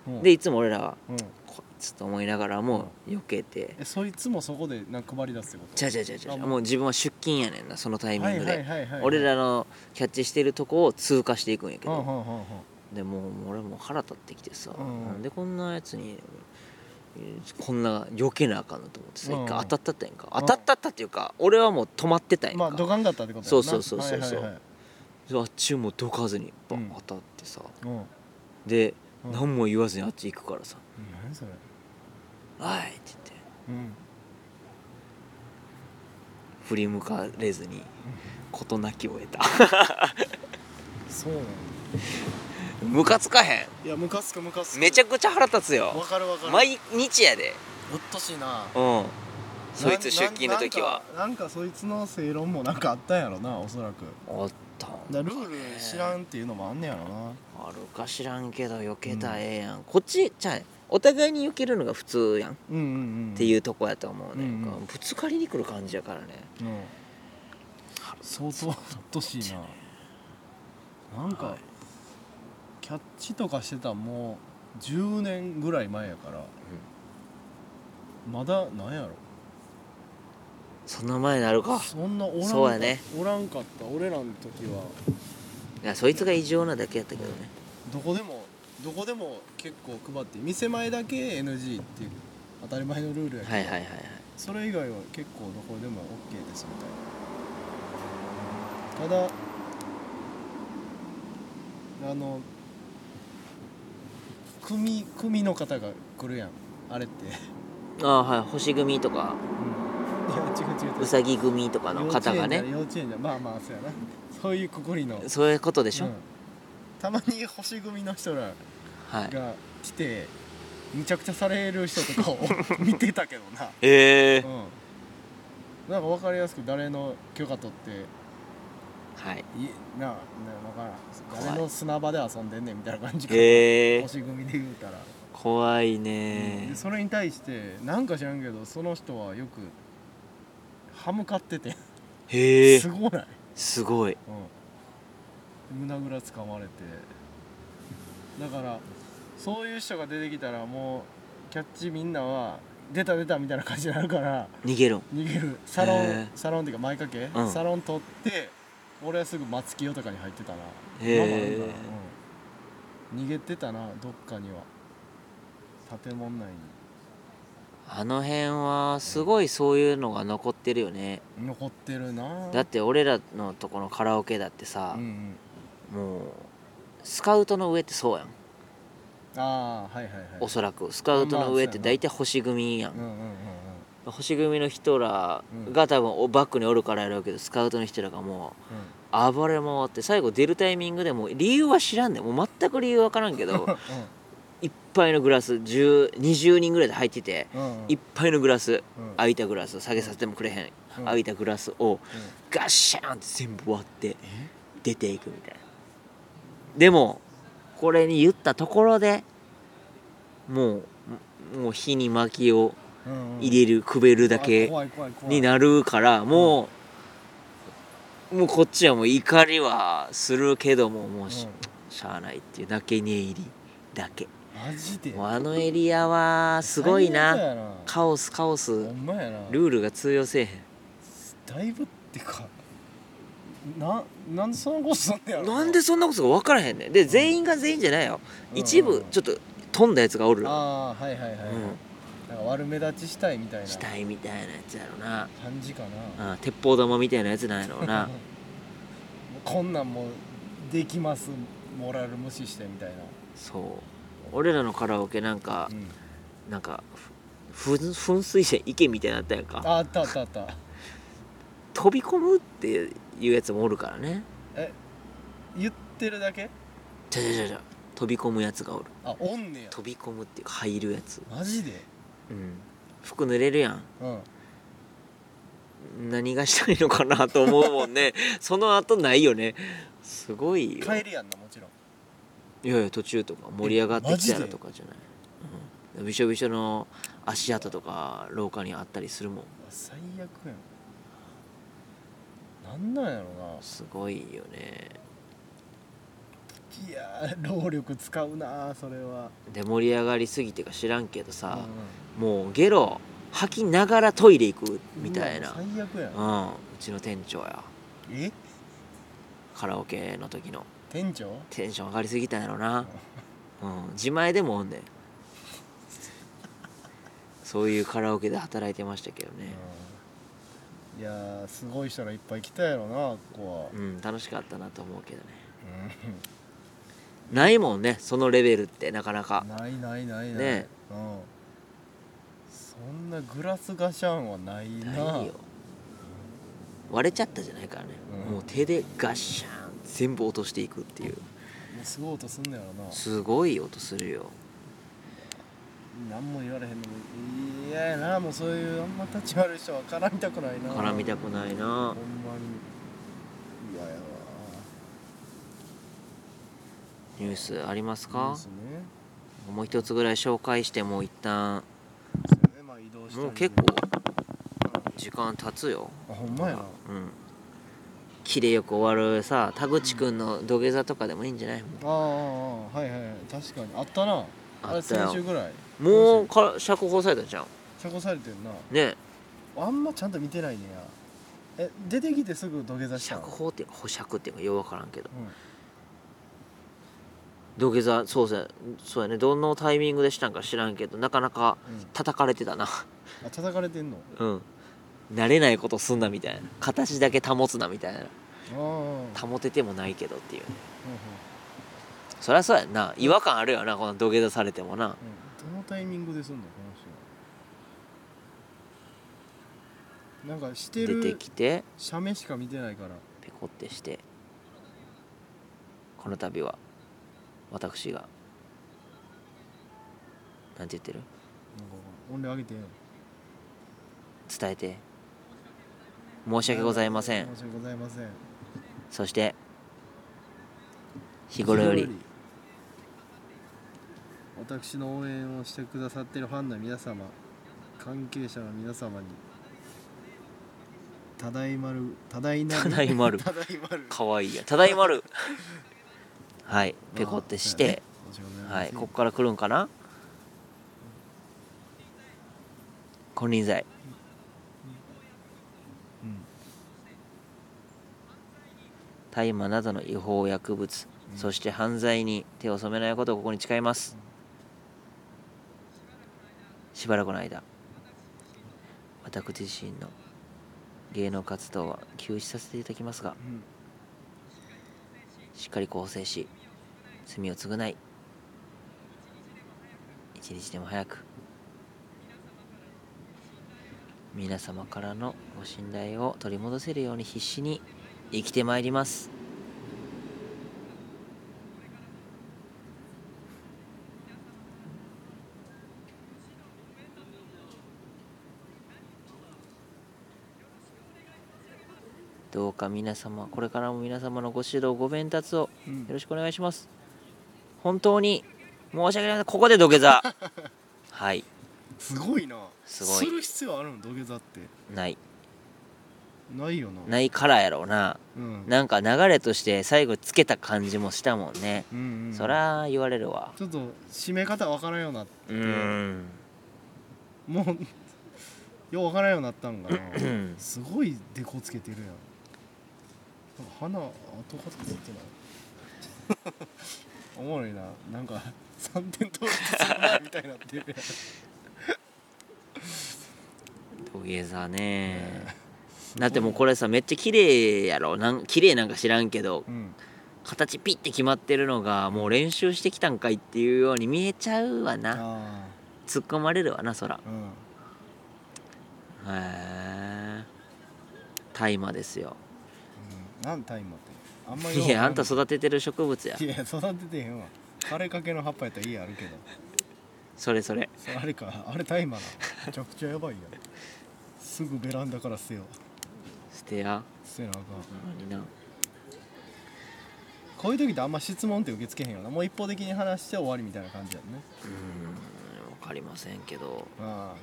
S1: うん
S2: でいつも俺らは
S1: うん
S2: こいつと思いながらも避けて
S1: えそいつもそこでなんか配り出すってこ
S2: ちゃうちゃうちゃうちゃう
S1: あもう
S2: もう自分は出勤やねんなそのタイ
S1: と
S2: ミング
S1: はい
S2: で
S1: はいはいはい
S2: 俺ら
S1: の
S2: のキャッチしてるとこを通過していくんやけ
S1: うんう
S2: ど
S1: んうんうん
S2: でもうもう俺もう腹立ってきてさ
S1: うん
S2: なんでこんなやつにえーこんな避けなあかんのと思ってさ
S1: うん
S2: 一回当たったったやんか当たったったっていうか俺はもう止まってたやん
S1: まあど
S2: か
S1: かんかったってことやな
S2: そうそうそうそうそう
S1: はいはいはい
S2: であっちもどかずにバ
S1: うん
S2: ン当たってさ
S1: うん
S2: で
S1: うん
S2: 何も言わずにあっち行くからさ
S1: 何それ
S2: 「あい!」って言って
S1: うん
S2: 振り向かれずに事なきを得た <laughs>
S1: そうなんだ
S2: ムカつかへん
S1: いやムカつくムカつく
S2: めちゃくちゃ腹立つよ
S1: わかるわかる
S2: 毎日やで
S1: うっとしいな
S2: うんそいつ出勤の時は
S1: なんなんかなんかそいつの正論もなんかあったんやろなおそらく
S2: おったんかね
S1: だからルール知らんっていうのもあんねやろな
S2: あるか知らんけど避けたらええやん、こっちちゃうお互いに避けるのが普通やんっ
S1: うんうんうん
S2: ていうとこやと思うね、
S1: うんうん
S2: なんかぶつかりに来る感じやからね
S1: うん相当うっとしいななんか、
S2: はい
S1: キャッチとかしてたんもう10年ぐらい前やから、まだなんやろ
S2: その前になるか
S1: そんなおらんか
S2: そうやね
S1: おらんかった俺らの時はい
S2: やそいつが異常なだけやったけどね
S1: どこでもどこでも結構配って店前だけ NG っていう当たり前のルールやけど、
S2: はいはいはいはい
S1: それ以外は結構どこでも OK ですみたいなただあの組組の方が来るやんあれって、
S2: ああはい星組とか
S1: いや違う違う違う
S2: うさぎ組とかの方がね
S1: 幼稚園じゃ幼稚園じゃまあまあそうやなそういうくくりの
S2: そういうことでしょ、
S1: うんたまに星組の人ら
S2: はい
S1: が来てむちゃくちゃされる人と
S2: <laughs>
S1: かを見てたけどな
S2: ええ
S1: うん、なんか分かりやすく誰の許可取って
S2: はい
S1: いなあな分
S2: 怖
S1: からん
S2: い
S1: 誰の砂場で遊んでんねんみたいな感じか、
S2: ええ
S1: 星組で言うたら、
S2: 怖いね
S1: でそれに対してなんか知らんけどその人はよく歯向かってて、
S2: へえ
S1: すごない、
S2: すごい
S1: うん、胸ぐらつかまれてだからそういう人が出てきたらもうキャッチみんなは出た出たみたいな感じになるから
S2: 逃げるん
S1: 逃げるサロン、
S2: へー
S1: サロンっていうか前掛け、
S2: うん
S1: サロン取って俺はすぐ松清とかに入ってたな
S2: へ
S1: 今もあるか
S2: え
S1: らうん、逃げてたなどっかには建物内
S2: あの辺はすごいそういうのが残ってるよね
S1: に残ってるな
S2: だって俺らのとこのカラオケだってさ
S1: うん、うん、
S2: もうスカウトの上ってそうやん
S1: ああはいはいはい
S2: おそらくスカウトの上って大体星組やん、
S1: うんうんうんうん
S2: 星組の人らが多分おバックにおるからやろうけどスカウトの人らがもう暴れ回って最後出るタイミングでもう理由は知らんでもう全く理由わからんけ
S1: <laughs>
S2: どいっぱいのグラス10 20人ぐらいで入ってて
S1: うんうんうん
S2: いっぱいのグラス
S1: うん
S2: 空いたグラス下げさせてもくれへん
S1: うん
S2: 空いたグラスをガッシャーンって全部割って出ていくみたいなでもこれに言ったところでもうもう火に薪を
S1: うんうん
S2: 入れるくべるだ
S1: あ
S2: け
S1: 怖い怖い怖い
S2: になるからもうもうこっちはもう怒りはするけどももうし,、ゃあないっていうだけに入りだけ
S1: うんマジで
S2: もうあのエリアはすごい
S1: 最悪
S2: な
S1: やな
S2: カオスカオス
S1: ほんまやな
S2: ルールが通用せえへん
S1: だいぶってかななんでそんなことすんねやろ
S2: なんでそんなことが分からへんねんで全員が全員じゃないよ
S1: うん
S2: 一部ちょっと飛んだやつがおるよ、
S1: ああはいはいはい、
S2: う、
S1: なんか悪目立ちしたいみたいなん
S2: 死体みたいなやつやろな、
S1: 感じか
S2: う
S1: な
S2: ん、鉄砲玉みたいなやつなんやろうな
S1: こんなんもうできますモラル無視してみたいな
S2: そう俺らのカラオケなんか
S1: うん
S2: なんかふふ噴水じゃ池みたいになったやんか
S1: ああったあったあった
S2: 飛び込むっていうやつもおるからね
S1: 言ってるだけ
S2: じゃじゃじゃじゃ飛び込むやつがおる
S1: あおんねや
S2: 飛び込むっていうか入るやつ
S1: マジで
S2: うん服濡れるやん
S1: うん
S2: 何がしたいのかなと思うもんねその後ないよねすごいよ
S1: 帰りやんなもちろん
S2: いやいや途中とか盛り上がってきたらとかじゃない、うん、びしょびしょの足跡とか廊下にあったりするもん
S1: うわ最悪やんなんなんやろ
S2: すごいよね
S1: ないやー労力使うなーそれは
S2: で盛り上がりすぎてか知らんけどさ
S1: う、ん
S2: もうゲロ吐きながらトイレ行くみたいうな
S1: わ最悪やん
S2: うんうちの店長や
S1: え
S2: カラオケの時の
S1: 店長
S2: テンション上がりすぎたんやろな、うん、自前でもおんでそういうカラオケで働いてましたけどね
S1: うんいやーすごい人らいっぱい来たやろなここは
S2: うん楽しかったなと思うけどね
S1: う
S2: ないもんねそのレベルってなかなか
S1: んないないないない、
S2: ね
S1: うんそんなグラスガシャンはないな
S2: ないよ割れちゃったじゃないからね、
S1: うん
S2: もう手でガッシャン全部落としていくっていう
S1: もうすごい音すんのやろな
S2: すごい音するよ
S1: 何も言われへんのもいややなもうそういうあんま立ち悪い人は絡みたくないな
S2: 絡みたくないな
S1: ほんまに嫌やわ
S2: ニュースあります
S1: ニュ
S2: か
S1: ースね
S2: もう一つぐらい紹介してもう一旦
S1: そうねまあ移動したり
S2: もう結構時間経つよ
S1: あほんまやな
S2: うん綺麗よく終わるさ田口くんの土下座とかでもいいんじゃないも
S1: ああああはいはいはい確かにあったなあ
S2: あ
S1: れ
S2: ったよ
S1: 先週ぐらいう
S2: もうか釈放されたじゃん
S1: 釈放されてんな
S2: ね
S1: あんまちゃんと見てないねやえ出てきてすぐ土下座した
S2: 釈
S1: の
S2: 放っていうか保釈っていうかよう分からんけど
S1: うん
S2: 土下座そうせそうやねどのタイミングでしたんか知らんけどなかなか
S1: うん
S2: 叩かれてた
S1: <laughs>
S2: な
S1: あ叩かれてんの
S2: うん慣れないことすんなみたいな形だけ保つなみたいな
S1: ああうん
S2: 保ててもないけどっていうねそりゃそうやんな違和感あるよなこの土下座されてもな
S1: うんどのタイミングですんのこの人なんかして
S2: 出て
S1: る
S2: きて
S1: 写メしか見てないから
S2: ペコってしてこの度は私がなんて言ってる
S1: なんか音量上げて
S2: 伝えて申し訳ございません
S1: 申し訳ございません
S2: そして日頃より
S1: 私の応援をしてくださっているファンの皆様関係者の皆様にただいまるただいな
S2: た
S1: る
S2: だいまる
S1: ただいまる
S2: 可愛いやただいま
S1: <laughs>
S2: るはいペコってして、
S1: まあそうやね
S2: はいこ
S1: 申し
S2: っから来るんかな金輪際大麻などの違法薬物、
S1: うん
S2: そして犯罪に手を染めないことをここに誓います、しばらくの間私自身の芸能活動は休止させていただきますが
S1: うん
S2: しっかり更生し罪を償い一日でも早く皆様からのご信頼を取り戻せるように必死に生きてまいりますどうか皆様これからも皆様のご指導ご鞭達を
S1: うんうん
S2: よろしくお願いします。本当に申し訳ないです。ここで土下座。 <laughs> はい。
S1: すごいな
S2: すごい
S1: する必要あるの土下座って
S2: ない。
S1: ないよな
S2: ないからやろうな。
S1: うん
S2: なんか流れとして最後つけた感じもしたもんね。
S1: うんうん
S2: そら言われるわ。
S1: ちょっと締め方わからんような
S2: うーん。
S1: もうようわからんようになった
S2: <laughs>
S1: んかな
S2: うん
S1: すごいデコつけてるやんなんか鼻後かついてない <laughs> おもろいななんか3点倒立するなみたいになってるやん
S2: 土下座ね。だってもうこれさめっちゃ綺麗やろなん綺麗なんか知らんけど
S1: うん
S2: 形ピッて決まってるのがもう練習してきたんかいっていうように見えちゃうわな
S1: あ
S2: 突っ込まれるわなそら
S1: うん
S2: へえ大麻ですよ
S1: うん、なんタイマーってあんまよう
S2: いやあんた
S1: わか
S2: 育ててる植物や
S1: んないいや育ててへんわ枯れかけの葉っぱやったら家あるけど
S2: それそれ
S1: それあれかあれタイマーなめちゃくちゃやばいやんすぐベランダから捨てよう
S2: 捨てや
S1: 捨てなあか
S2: ほ
S1: ん
S2: んまにな
S1: こういう時ってあんま質問って受け付けへんよなもう一方的に話して終わりみたいな感じやんね
S2: うーんわかりませんけど
S1: あ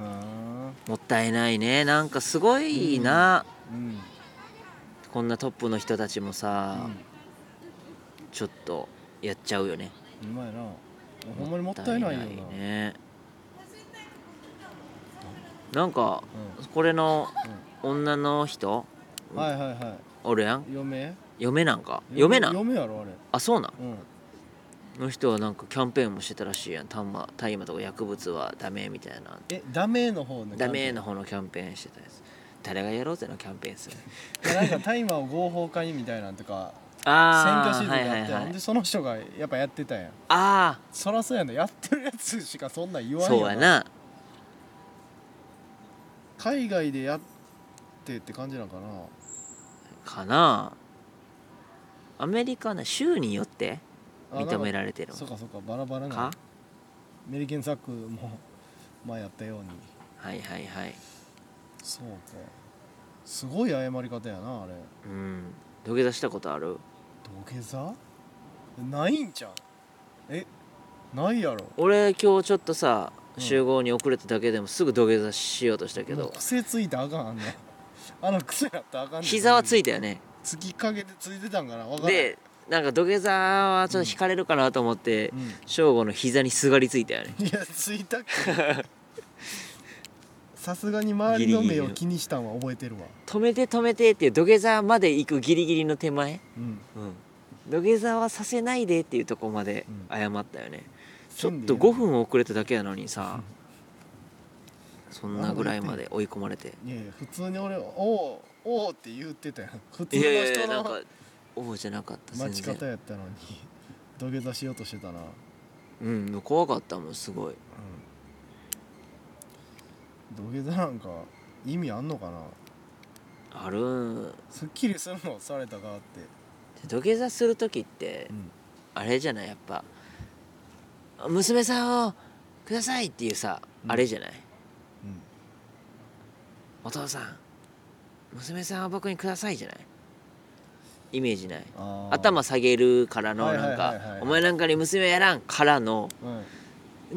S1: ああ
S2: もったいないねなんかすごいな、
S1: ーうん
S2: こんなトップの人たちもさ、
S1: うん
S2: ちょっとやっちゃうよね
S1: うまいなほんまにもったいないよな
S2: もったいねなんかこれの女の人
S1: うん、はいはいは
S2: おるやん
S1: い嫁
S2: 嫁なんか嫁なん
S1: 嫁やろあれ
S2: あそうなん
S1: うん
S2: の人はなんかキャンペーンもしてたらしいやん大麻大麻とか薬物はダメみたいな
S1: えダメの方ね
S2: ダメの方のキャンペーンしてたやつ誰がやろうぜのキャンペーンする
S1: いやなんかタイマーを合法化にみたいなんとか選挙
S2: ああ
S1: シーズンが
S2: はいは
S1: あ
S2: い
S1: って、
S2: は
S1: ほん
S2: い
S1: でその人がやっぱやってたやん
S2: あ
S1: そらそうやんなやってるやつしかそんなん言
S2: あ
S1: わんよ
S2: そうやな
S1: 海外でやってって感じなんかな
S2: かなアメリカの州によって
S1: あ
S2: 認め
S1: なんから
S2: れてるの
S1: そうかそうかバラバラな
S2: か
S1: メリケンサックも前やったように
S2: はいはいはい
S1: そうかすごい謝り方やなあれ
S2: うん土下座したことある
S1: 土下座ないんじゃんえないやろ
S2: 俺今日ちょっとさ
S1: うん
S2: 集合に遅れただけでもすぐ土下座しようとしたけ
S1: もう
S2: ど、
S1: 癖ついたらあかんあんな <laughs> あの癖やったらあかんねん
S2: 膝はついたよね
S1: つきかけてついてたんかなわからん
S2: でなんか土下座はちょっと引かれるかなと思って
S1: うん
S2: 省吾、の膝にすがりついたよね
S1: いやついたっけ
S2: <laughs>
S1: さすがに周りの目を気にしたんは覚えてるわ
S2: 止めて止めてっていう土下座まで行くギリギリの手前、
S1: うん
S2: 土下座はさせないでっていうとこまで謝ったよね、ちょっと5
S1: 五
S2: 分遅れただけやのにさそんなぐらいまで追い込まれて
S1: いやいや普通に俺「おうおう」って言ってたやん普通
S2: い
S1: の
S2: やいやいや
S1: 人
S2: なん
S1: の
S2: か王じゃなかった全
S1: 待ち
S2: 然
S1: 方やったのに土下座しようとしてたな、うん、
S2: うん怖かったもんすごい
S1: 土下座なんか意味あんのかな
S2: あるん
S1: すっきりするのされたかって、
S2: 土下座する時って
S1: うん、
S2: あれじゃないやっぱ「娘さんをください」っていうさ、
S1: うん
S2: あれじゃない
S1: うん
S2: 「お父さん娘さんを僕にください」じゃないイメージない
S1: あー
S2: 頭下げるからの
S1: はいはい
S2: なん
S1: はいは
S2: か「
S1: い
S2: お前なんかに娘はやらん」からの
S1: うん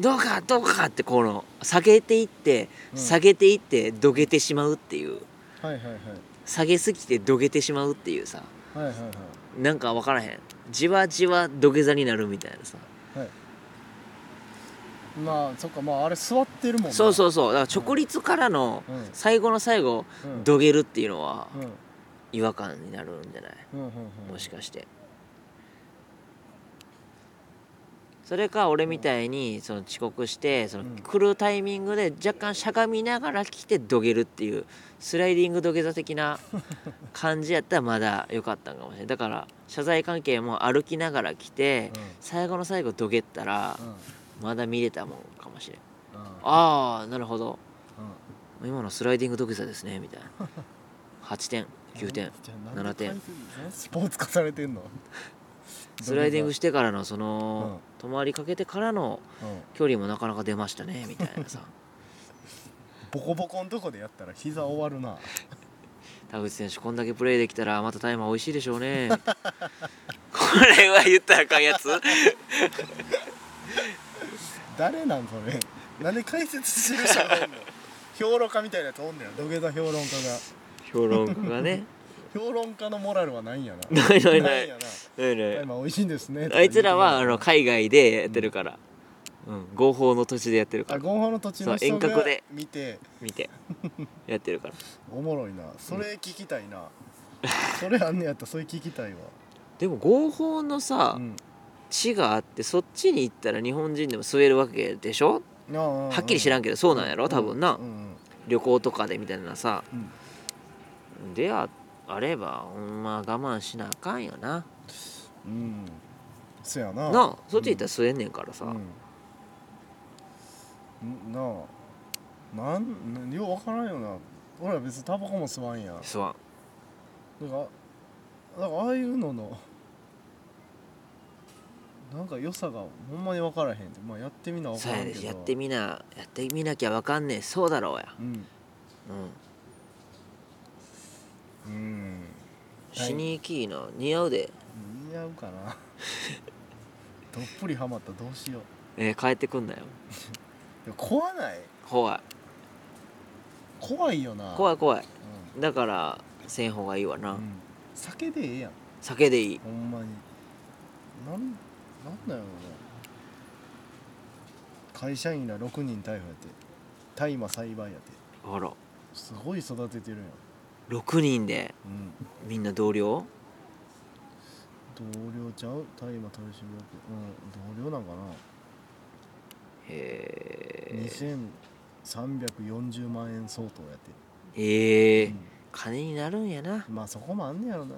S2: 「どうかどうか」ってこの下げていって
S1: うん
S2: 下げていってどげてしまうっていう
S1: はいはいはい
S2: 下げすぎてどげてしまうっていうさ
S1: はいはいは
S2: なんか分からへんじわじわ土下座になるみたいなさ
S1: いはいまあそっかまああれ座ってるもんな
S2: そうそうそうだから直立からの
S1: うん
S2: 最後の最後
S1: うん
S2: どげるっていうのは
S1: うん
S2: 違和感になるんじゃない
S1: うんうんうん
S2: もしかしてそれか俺みたいにその遅刻してその
S1: うん
S2: 来るタイミングで若干しゃがみながら来てどげるっていうスライディング土下座的な感じやったらまだ良かったんかもしれないだから謝罪関係も歩きながら来て
S1: うん
S2: 最後の最後どげったら
S1: うんうん
S2: まだ見れたもんかもしれん
S1: うん
S2: ああなるほど
S1: うん
S2: 今のスライディング土下座ですねみたいな8点9点
S1: じゃあなんで
S2: 7点
S1: 解説スポーツ化されてんの、
S2: <laughs> スライディングしててからのその、止まりかけてからの
S1: うん
S2: 距離もなかなか出ました <laughs> ねみたいなさ
S1: ボコボコのとこでやったら膝終わるな
S2: 田口選手こんだけプレーできたらまたタイマー美味しいでしょう <laughs> ねこれは言ったらあかんやつ
S1: 誰なんそれなんで解説する人がおん
S2: <laughs>
S1: の評論家みたいなやつおんねん土下座評論家が
S2: 評論家がね
S1: 評論家のモラルはないんやな
S2: ないないない
S1: んやな
S2: ねえねえ
S1: 今美味しいんですねとか
S2: あいつらはあ
S1: 言う
S2: の
S1: て
S2: 海外でやってるから、うん、合法の土地でやってる
S1: くれ
S2: から
S1: あゴンホの土地の
S2: そう
S1: 人
S2: 遠隔
S1: が
S2: で
S1: 見て
S2: 見 <laughs> てやってるから
S1: おもろいなそれ聞きたいな、それあんねやったらそれ聞きたいわ
S2: でも合法のさ、
S1: うん
S2: 地があってそっちに行ったら日本人でも吸えるわけでしょ
S1: は
S2: はっきり知らん
S1: け
S2: けどそうなんやろ多分な、
S1: うんうん
S2: 旅行とかでみたいなさ
S1: うん
S2: でああればほんま我慢しなあかんよな
S1: うんそやな
S2: なあそっち行ったら吸えんねんからさ、
S1: うん、んなあなんなんよう分からんよな俺ら別にタバコも吸わんやんだか
S2: 吸わん
S1: らだからああいうののなんか良さがほんまに分からへんってまあやってみな分
S2: そ
S1: か
S2: う
S1: ら
S2: や
S1: んけ
S2: で
S1: ど
S2: やってみなやってみなきゃわかんねえそうだろうや
S1: うん
S2: うん
S1: うん
S2: 死に行きいな似合うで、
S1: 似合うかな <laughs> どっぷりハマったどうしよう
S2: えー帰ってくんなよ
S1: でも怖ない
S2: 怖い
S1: 怖いよな
S2: 怖
S1: い、
S2: い怖いだからせん方がいいわ
S1: う
S2: な、
S1: んうん酒でええやん
S2: 酒でいい
S1: ほんまになんなんだよな会社員ら6人逮捕やって大麻栽培やって
S2: あら
S1: すごい育ててるやん、
S2: 6人でみんな同僚
S1: うん、同僚ちゃう大麻取締役うん同僚なんかな、
S2: へ
S1: 2340万円相当やって、
S2: えへえ
S1: うん
S2: 金になるんやな
S1: まあそこもあんねやろな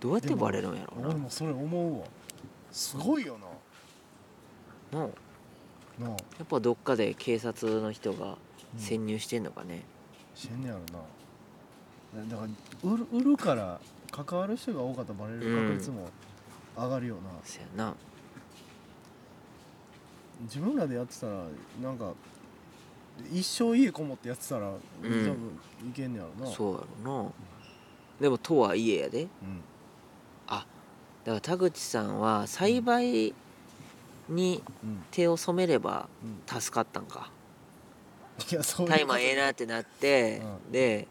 S2: どうやってバレるんやろう
S1: 俺もそれ思うわすごいよ
S2: ななあ
S1: ななあ
S2: やっぱどっかで警察の人が
S1: うん
S2: 潜入してんのかね、
S1: してんねやろなだから売る売るから関わる人が多かったらバレる確率も上がるよな、
S2: そやな
S1: 自分らでやってたらなんか一生家こもってやってたら、多分いけんねやろなう、
S2: そうやろなでもとはいえやで
S1: ん、
S2: だから田口さんは栽培に
S1: うん <laughs>
S2: 手を染めれば
S1: うん
S2: 助かったんか
S1: いやそういう
S2: 大麻ええなってなって、
S1: う
S2: で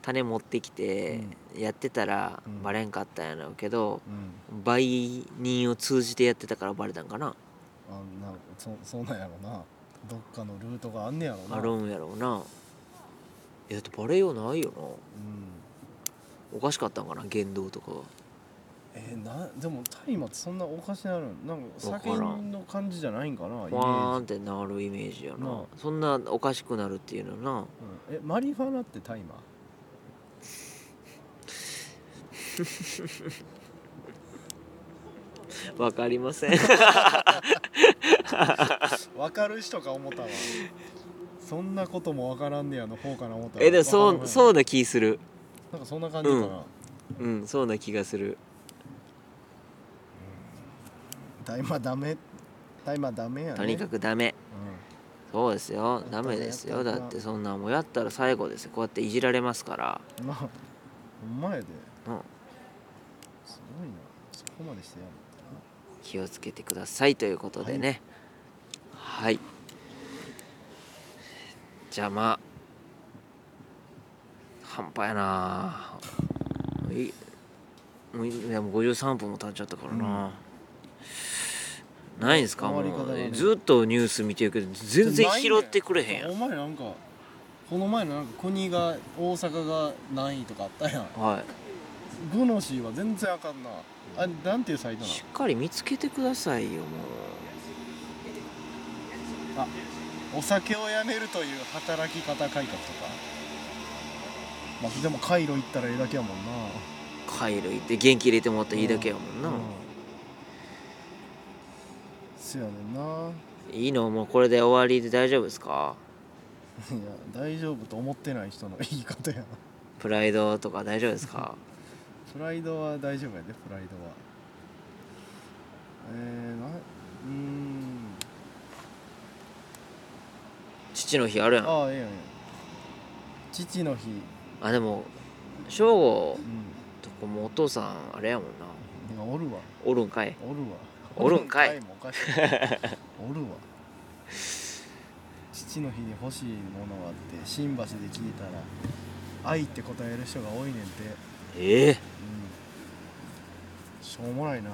S2: 種持ってきてやってたら
S1: うん
S2: バレんかったんやろうけど
S1: うん
S2: 売人を通じてやってたからバレたんかな
S1: あんなそそうなんやろなどっかのルートがあんねやろな
S2: あるんやろうないやだってバレようないよな
S1: うん
S2: おかしかったんかな言動とかは
S1: えー、なでも大麻ってそんなおかしなるんなんか
S2: わ
S1: 酒
S2: からん
S1: の感じじゃないんかなイメージ
S2: わーんってなるイメージやな
S1: な
S2: そんなおかしくなるっていうのはな
S1: うんえマリファナって大麻
S2: わかりませ
S1: <laughs>
S2: ん
S1: わかる人か思ったわそんなこともわからんねやの方かな思ったわ
S2: えでもそ
S1: わか
S2: う
S1: る
S2: そううな気する
S1: なんかそんな感じかな、
S2: うんうんそうな気がする
S1: 大麻ダメ大麻ダメやね
S2: とにか
S1: く、
S2: くダメそうですよダメです
S1: や
S2: よ
S1: った
S2: だ
S1: ら
S2: ってそんなんもうやったら最後ですよこうやっていじられますから
S1: うん、まあほんまやで
S2: うん
S1: すごいなそこまでしてやる
S2: 気をつけてくださいということでねはい、じゃあまあ半端やなあいもういいやもう53分も経っちゃったからな、ないんですかも
S1: 終わり方がね
S2: うずっとニュース見てるけど全然拾ってくれへんやん
S1: お前なんかこの前のなんか国が大阪が何位とかあったやん
S2: は
S1: グノシーは全然あかんなあれなんていうサイト
S2: い
S1: なの
S2: しっかり見つけてくださいよも
S1: お酒をやめるという働き方改革とかまあでもカイロ行ったらええだけやもんな
S2: うカイロ行って元気入れてもらったらいいだけやもんな、
S1: うせやねんな
S2: いいのもうこれで終わりで大丈夫ですか
S1: いや大丈夫と思ってない人の言い方やな
S2: プライドとか大丈夫ですか
S1: プライドは大丈夫やでプライドはえー、なうーん
S2: 父の日あるやんあ
S1: ああええやんええやん父の日
S2: でも正吾
S1: う
S2: とこもお父さんあれやもんなん
S1: いやおるわ
S2: おるんかい
S1: おるわ
S2: おるんかい
S1: おるもお
S2: <laughs>
S1: かしいおるわ父の日に欲しいものはって新橋で聞いたら愛って答える人が多いねんてう
S2: ええ
S1: んしょうもないな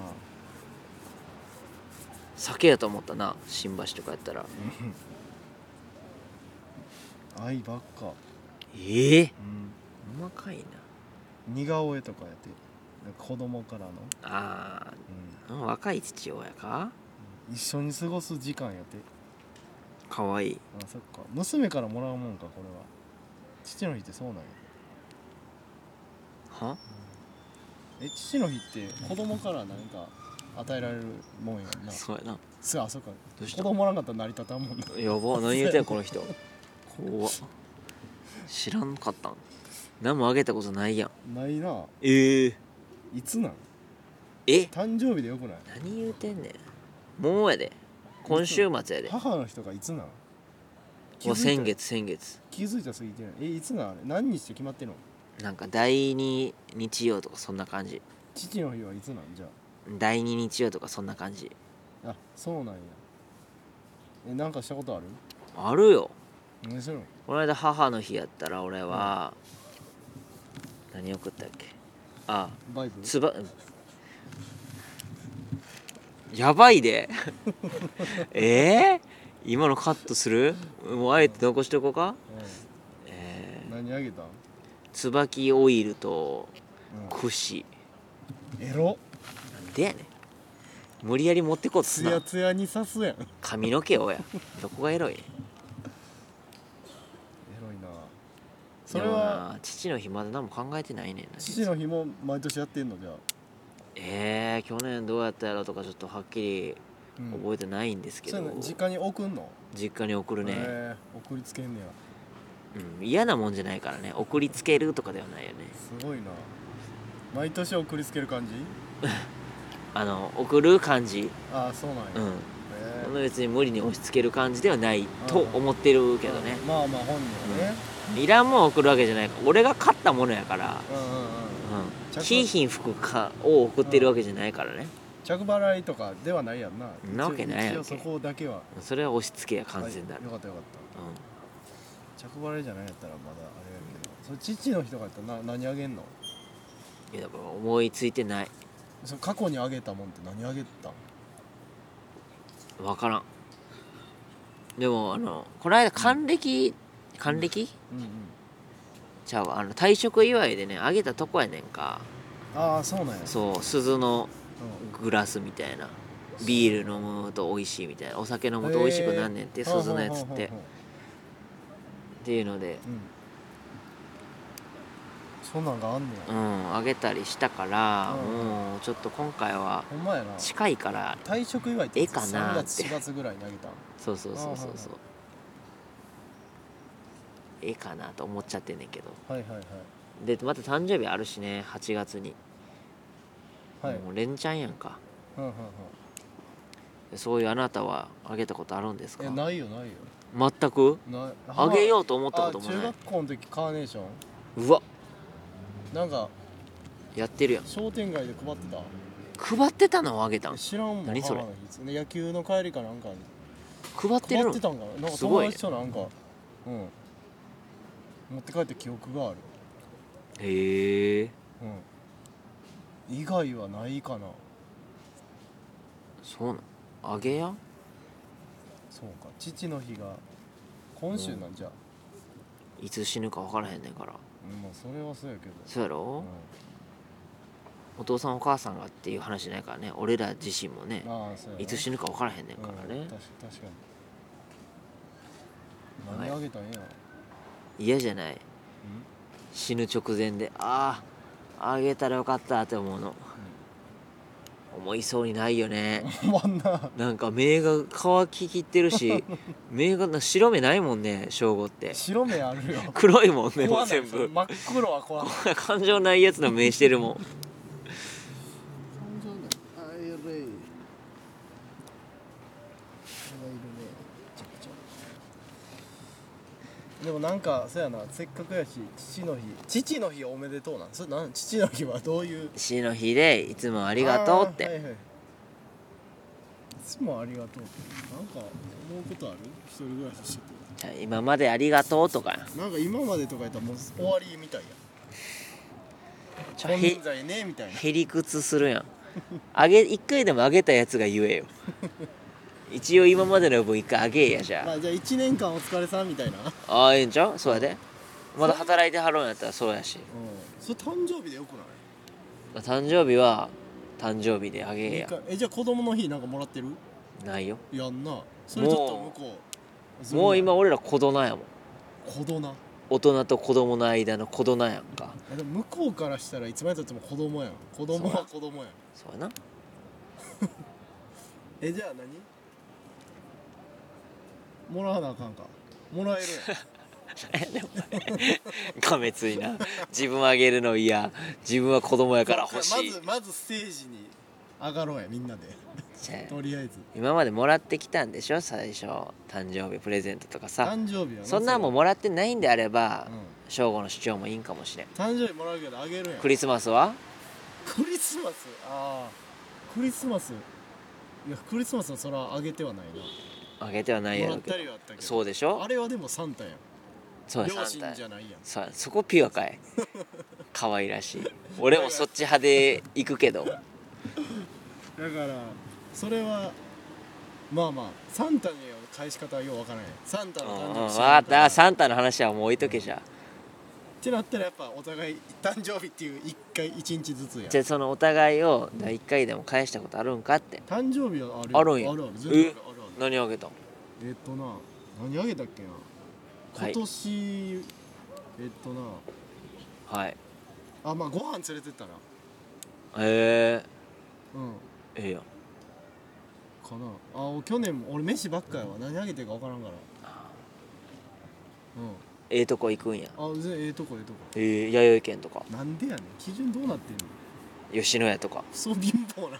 S2: 酒やと思ったな新橋とかやったら
S1: 愛ばっか
S2: ええ
S1: うん
S2: 細かいな
S1: 似顔絵とかやってなんか子供からの、
S2: あー若い父親か
S1: うん、一緒に過ごす時間やって
S2: かわいい
S1: あそっか娘からもらうもんかこれは父の日ってそうなんや
S2: は
S1: え父の日って子供から何か与えられるもんやんな
S2: そうやな
S1: すあそうか
S2: どうし
S1: 子
S2: た
S1: 供おらんかったら成り立たんもんな
S2: やば何言うてんこの人怖っ知らんかったん何もあげたことないやん
S1: ないな
S2: ええ
S1: いつなん
S2: え
S1: 誕生日でよくない
S2: 何言うてんねんもうやで今週末やで
S1: 母の人がいつなん
S2: もう先
S1: た
S2: 月先月
S1: 気づいたすぎてないえいつなんあれ何日って決まってんの
S2: なんか第2日曜とかそんな感じ
S1: 父の日はいつなんじゃ
S2: 第2日曜とかそんな感じ
S1: ああそうなんやえなんかしたことある
S2: あるよ
S1: 何するの
S2: この間母の日やったら俺は、何送ったっけあ
S1: バイブ
S2: つばやばいで <laughs> えー、今のカットするもうあえて残しておこうかえ
S1: うん何あげたん
S2: ー、椿オイルと
S1: う
S2: 串
S1: んエロ
S2: なんでやねん無理やり持ってこうとす
S1: ツ
S2: な
S1: ヤツヤに刺すやんエ
S2: 髪の毛をや
S1: <laughs>
S2: どこがエロいねん
S1: ロいなそれ
S2: でも
S1: は
S2: な父の日まだ何も考えてないねんな
S1: 父の日も毎年やってんのじゃあ、
S2: えー、去年どうやったやろとかちょっとはっきり
S1: うん
S2: 覚えてないんですけ
S1: そ
S2: ど、
S1: ういうの実家に送んの
S2: 実家に送るね、
S1: えー送りつけんねや
S2: うん、嫌なもんじゃないからね送りつけるとかではないよね
S1: すごいな毎年送りつける感じ
S2: あの送る感じ
S1: ああそうなんや、
S2: う
S1: へ
S2: ん
S1: え
S2: そんな別に無理に押し付ける感じではないと思ってるけどね
S1: まあまあ本人はね、
S2: いらんもん送るわけじゃないから俺が買ったものやから、
S1: うん、うんうん
S2: う
S1: ちゃ
S2: ん、
S1: く
S2: ひいひん服かを送ってるわけじゃないからね
S1: 着払いとかではないやんな
S2: そんなわけないやんけ
S1: 一応そこだけは
S2: それは押し付けや完全な
S1: は
S2: る
S1: い、よかったよかった着払いじゃないやったらまだあれやけどそれ父の日とかやったらな何あげんの
S2: うん、いやだから思いついてない
S1: その過去にあげたもんって何あげたん
S2: 分からんでもあのこの間還暦還暦
S1: うんうん
S2: ちゃうわあの退職祝いでねあげたとこやねんか
S1: ああそうなんや
S2: そう鈴の
S1: う
S2: グラスみたいなビール飲むと美味しいみたいなお酒飲むと美味しくなんねんって
S1: ん
S2: 鈴のやつっ
S1: ほうほう
S2: てっ
S1: ほうほ
S2: ていうので
S1: ううんそんなんがあんね
S2: う
S1: や
S2: んあげたりしたから
S1: うん
S2: もうちょっと今回は
S1: ほんまやな
S2: 近いから
S1: 退職祝いって
S2: ええかなーっ
S1: 3
S2: て
S1: 月4月ぐらいにあげたん
S2: そうそうそうそうそう
S1: あ
S2: ええかなと思っちゃってんねんけど
S1: はいはいはい
S2: でまた誕生日あるしね8月に
S1: はい、
S2: もう連チャンやんか
S1: うんうんうん、
S2: そういうあなたはあげたことあるんです
S1: え
S2: か
S1: ないよないよ
S2: 全く
S1: ない
S2: あげよ
S1: う
S2: うと思ったことも
S1: 中
S2: ない
S1: 学校の時カーネーション
S2: うわ
S1: なんか
S2: やってるやん
S1: 商店街で配ってた
S2: 配ってたのをあげたん
S1: え知らんもん
S2: 何それ
S1: 母の日で野球の帰りかなんかに
S2: 配ってる
S1: 配っ
S2: の
S1: てたんかななんか
S2: すご
S1: 友
S2: いね
S1: 達となんか、うん持って帰った記憶がある
S2: へえ
S1: うん以外はないかな
S2: そうなんあげや
S1: そうか父の日が今週なんじゃ、
S2: いつ死ぬか分からへんねんから
S1: うん、まあそれはそうやけど
S2: そうやろ、お父さんお母さんがっていう話じゃないからね俺ら自身もね
S1: うん、まあそうやない
S2: つ死ぬか分からへんねんから
S1: うん
S2: ね
S1: 確確かに何あげたんや、
S2: 嫌じゃない死ぬ直前であああげたらよかったって思うの、思いそうにないよ
S1: <laughs>
S2: ね
S1: うん、まんな
S2: なんか目が乾ききってるし <laughs> 目がな白目ないもんね正吾って
S1: 白目あるよ
S2: <laughs> 黒いもんねも
S1: 怖
S2: う
S1: ない
S2: 全
S1: それ
S2: 部
S1: 真っ黒は怖い
S2: <laughs> 感情ないやつの目してる
S1: <laughs>
S2: もん
S1: 感情ないあいるねいるねちょちょでもなんかそやなせっかくやし父の日父の日おめでとうなんそれなん父の日はどういう
S2: 死の日でいつもあ
S1: あ
S2: りがとうって、
S1: ーはいはいいつもありがとうってなんか思うことある一人暮らししてて
S2: じゃあ今までありがとうとか
S1: なんか今までとかやったらもう終わりみたいや
S2: ちょ
S1: 金
S2: へ
S1: 人罪ねみたいな
S2: へりくつするやんあげ一回でもあげたやつが言
S1: <laughs>
S2: えよ一応今までの分一回あげえやじ
S1: ま
S2: ゃ
S1: あじゃあ1年間お疲れさんみたいなうん
S2: あああええんちゃうそうやでまだ働いてはるんやったらそうやし
S1: それ誕生日でよくない
S2: 誕生日は誕生日であげえ
S1: いい
S2: や
S1: かえじゃあ子供の日なんかもらってる
S2: ないよ
S1: やんなそれちょっと向こうずるい
S2: もう今俺ら子供やもん
S1: 子供な
S2: 大人と子供の間の子供やんか
S1: あでも向こうからしたらいつまでたっても子供やん子供は子供やん
S2: そうやな
S1: えじゃあ何もらわなあかんかもらえる
S2: <laughs>
S1: やん
S2: がめつい
S1: <laughs>
S2: な自分あげるの嫌自分は子供やから欲しい
S1: まずまずステージに上がろうやみんなで
S2: じゃあ
S1: とりあえず
S2: 今までもらってきたんでしょ最初誕生日プレゼントとかさ
S1: 誕生日やな
S2: そんなんもんもらってないんであれば
S1: うん
S2: 省吾の主張もいいんかもしれん
S1: 誕生日もらうけどあげるやん
S2: クリスマスは
S1: クリスマスああクリスマスいやクリスマスはそらあげてはない
S2: あげてはない
S1: な
S2: やろ
S1: もら
S2: う
S1: っ
S2: けど
S1: たりはあったけど
S2: そうでしょ
S1: あれはでもサンタやん
S2: そうや
S1: 両
S2: サン
S1: 親
S2: タや
S1: じゃないやん
S2: そうやそこピュアかい <laughs> 可愛らしい俺もそっち派で行くけど
S1: だからそれはまあまあサンタには返し方はようわからないサン
S2: う
S1: タ
S2: ん
S1: の
S2: うん分
S1: 誕生日知
S2: から
S1: ん
S2: っ
S1: から
S2: たサンタの話はもう置いとけじゃ
S1: ってなったらやっぱお互い誕生日っていう一回一日ずつやん
S2: じゃあそのお互いを1回でも返したことあるんかって
S1: 誕生日はある
S2: あるんや
S1: あるある全然あるあるある
S2: 何あげたん
S1: えっとな何あげたっけな
S2: はい
S1: 今年、えっとな
S2: はい
S1: あまあご飯連れてったら
S2: へ
S1: うん
S2: えええやん
S1: かなあお去年も俺飯ばっかやわ何あげてるか分からんから
S2: ええとこ行くんや
S1: うんあ全然ええとこええとこ
S2: ええ弥生県とか
S1: なんでやねん基準どうなってんの
S2: 吉野家とか
S1: クソ貧乏
S2: <laughs>
S1: なんか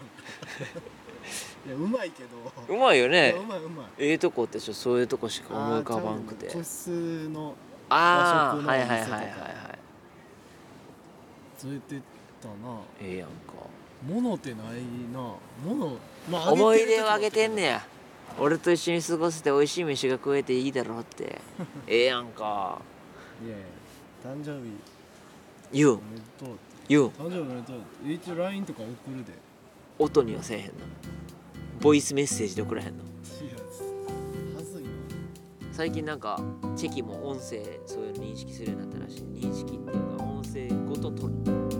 S1: いやうまいけど
S2: うまいよ
S1: いや
S2: ね
S1: うまいうまい
S2: ええとこってちょそういうとこしか思い浮かばんくて
S1: あーちゃうねん個室の
S2: ああ
S1: 和食の
S2: はいはいはいはい
S1: お店とか
S2: はい
S1: 連れてったな
S2: ええやんか
S1: 物ってないな物まあ
S2: 思い出をあげてんねや俺と一緒に過ごせて美味しい飯が食えていいだろうってええやんか
S1: いやいや誕生日
S2: 言う
S1: お
S2: ん
S1: めでとう
S2: 言うん
S1: 誕生日おめでとうって一応 LINE とか送るで
S2: 音にはせえへんのボイスメッセージで送らへんの
S1: いやはずいな
S2: 最近なんかチェキも音声そういうの認識するようになったらしい認識っていうか音声ごと取る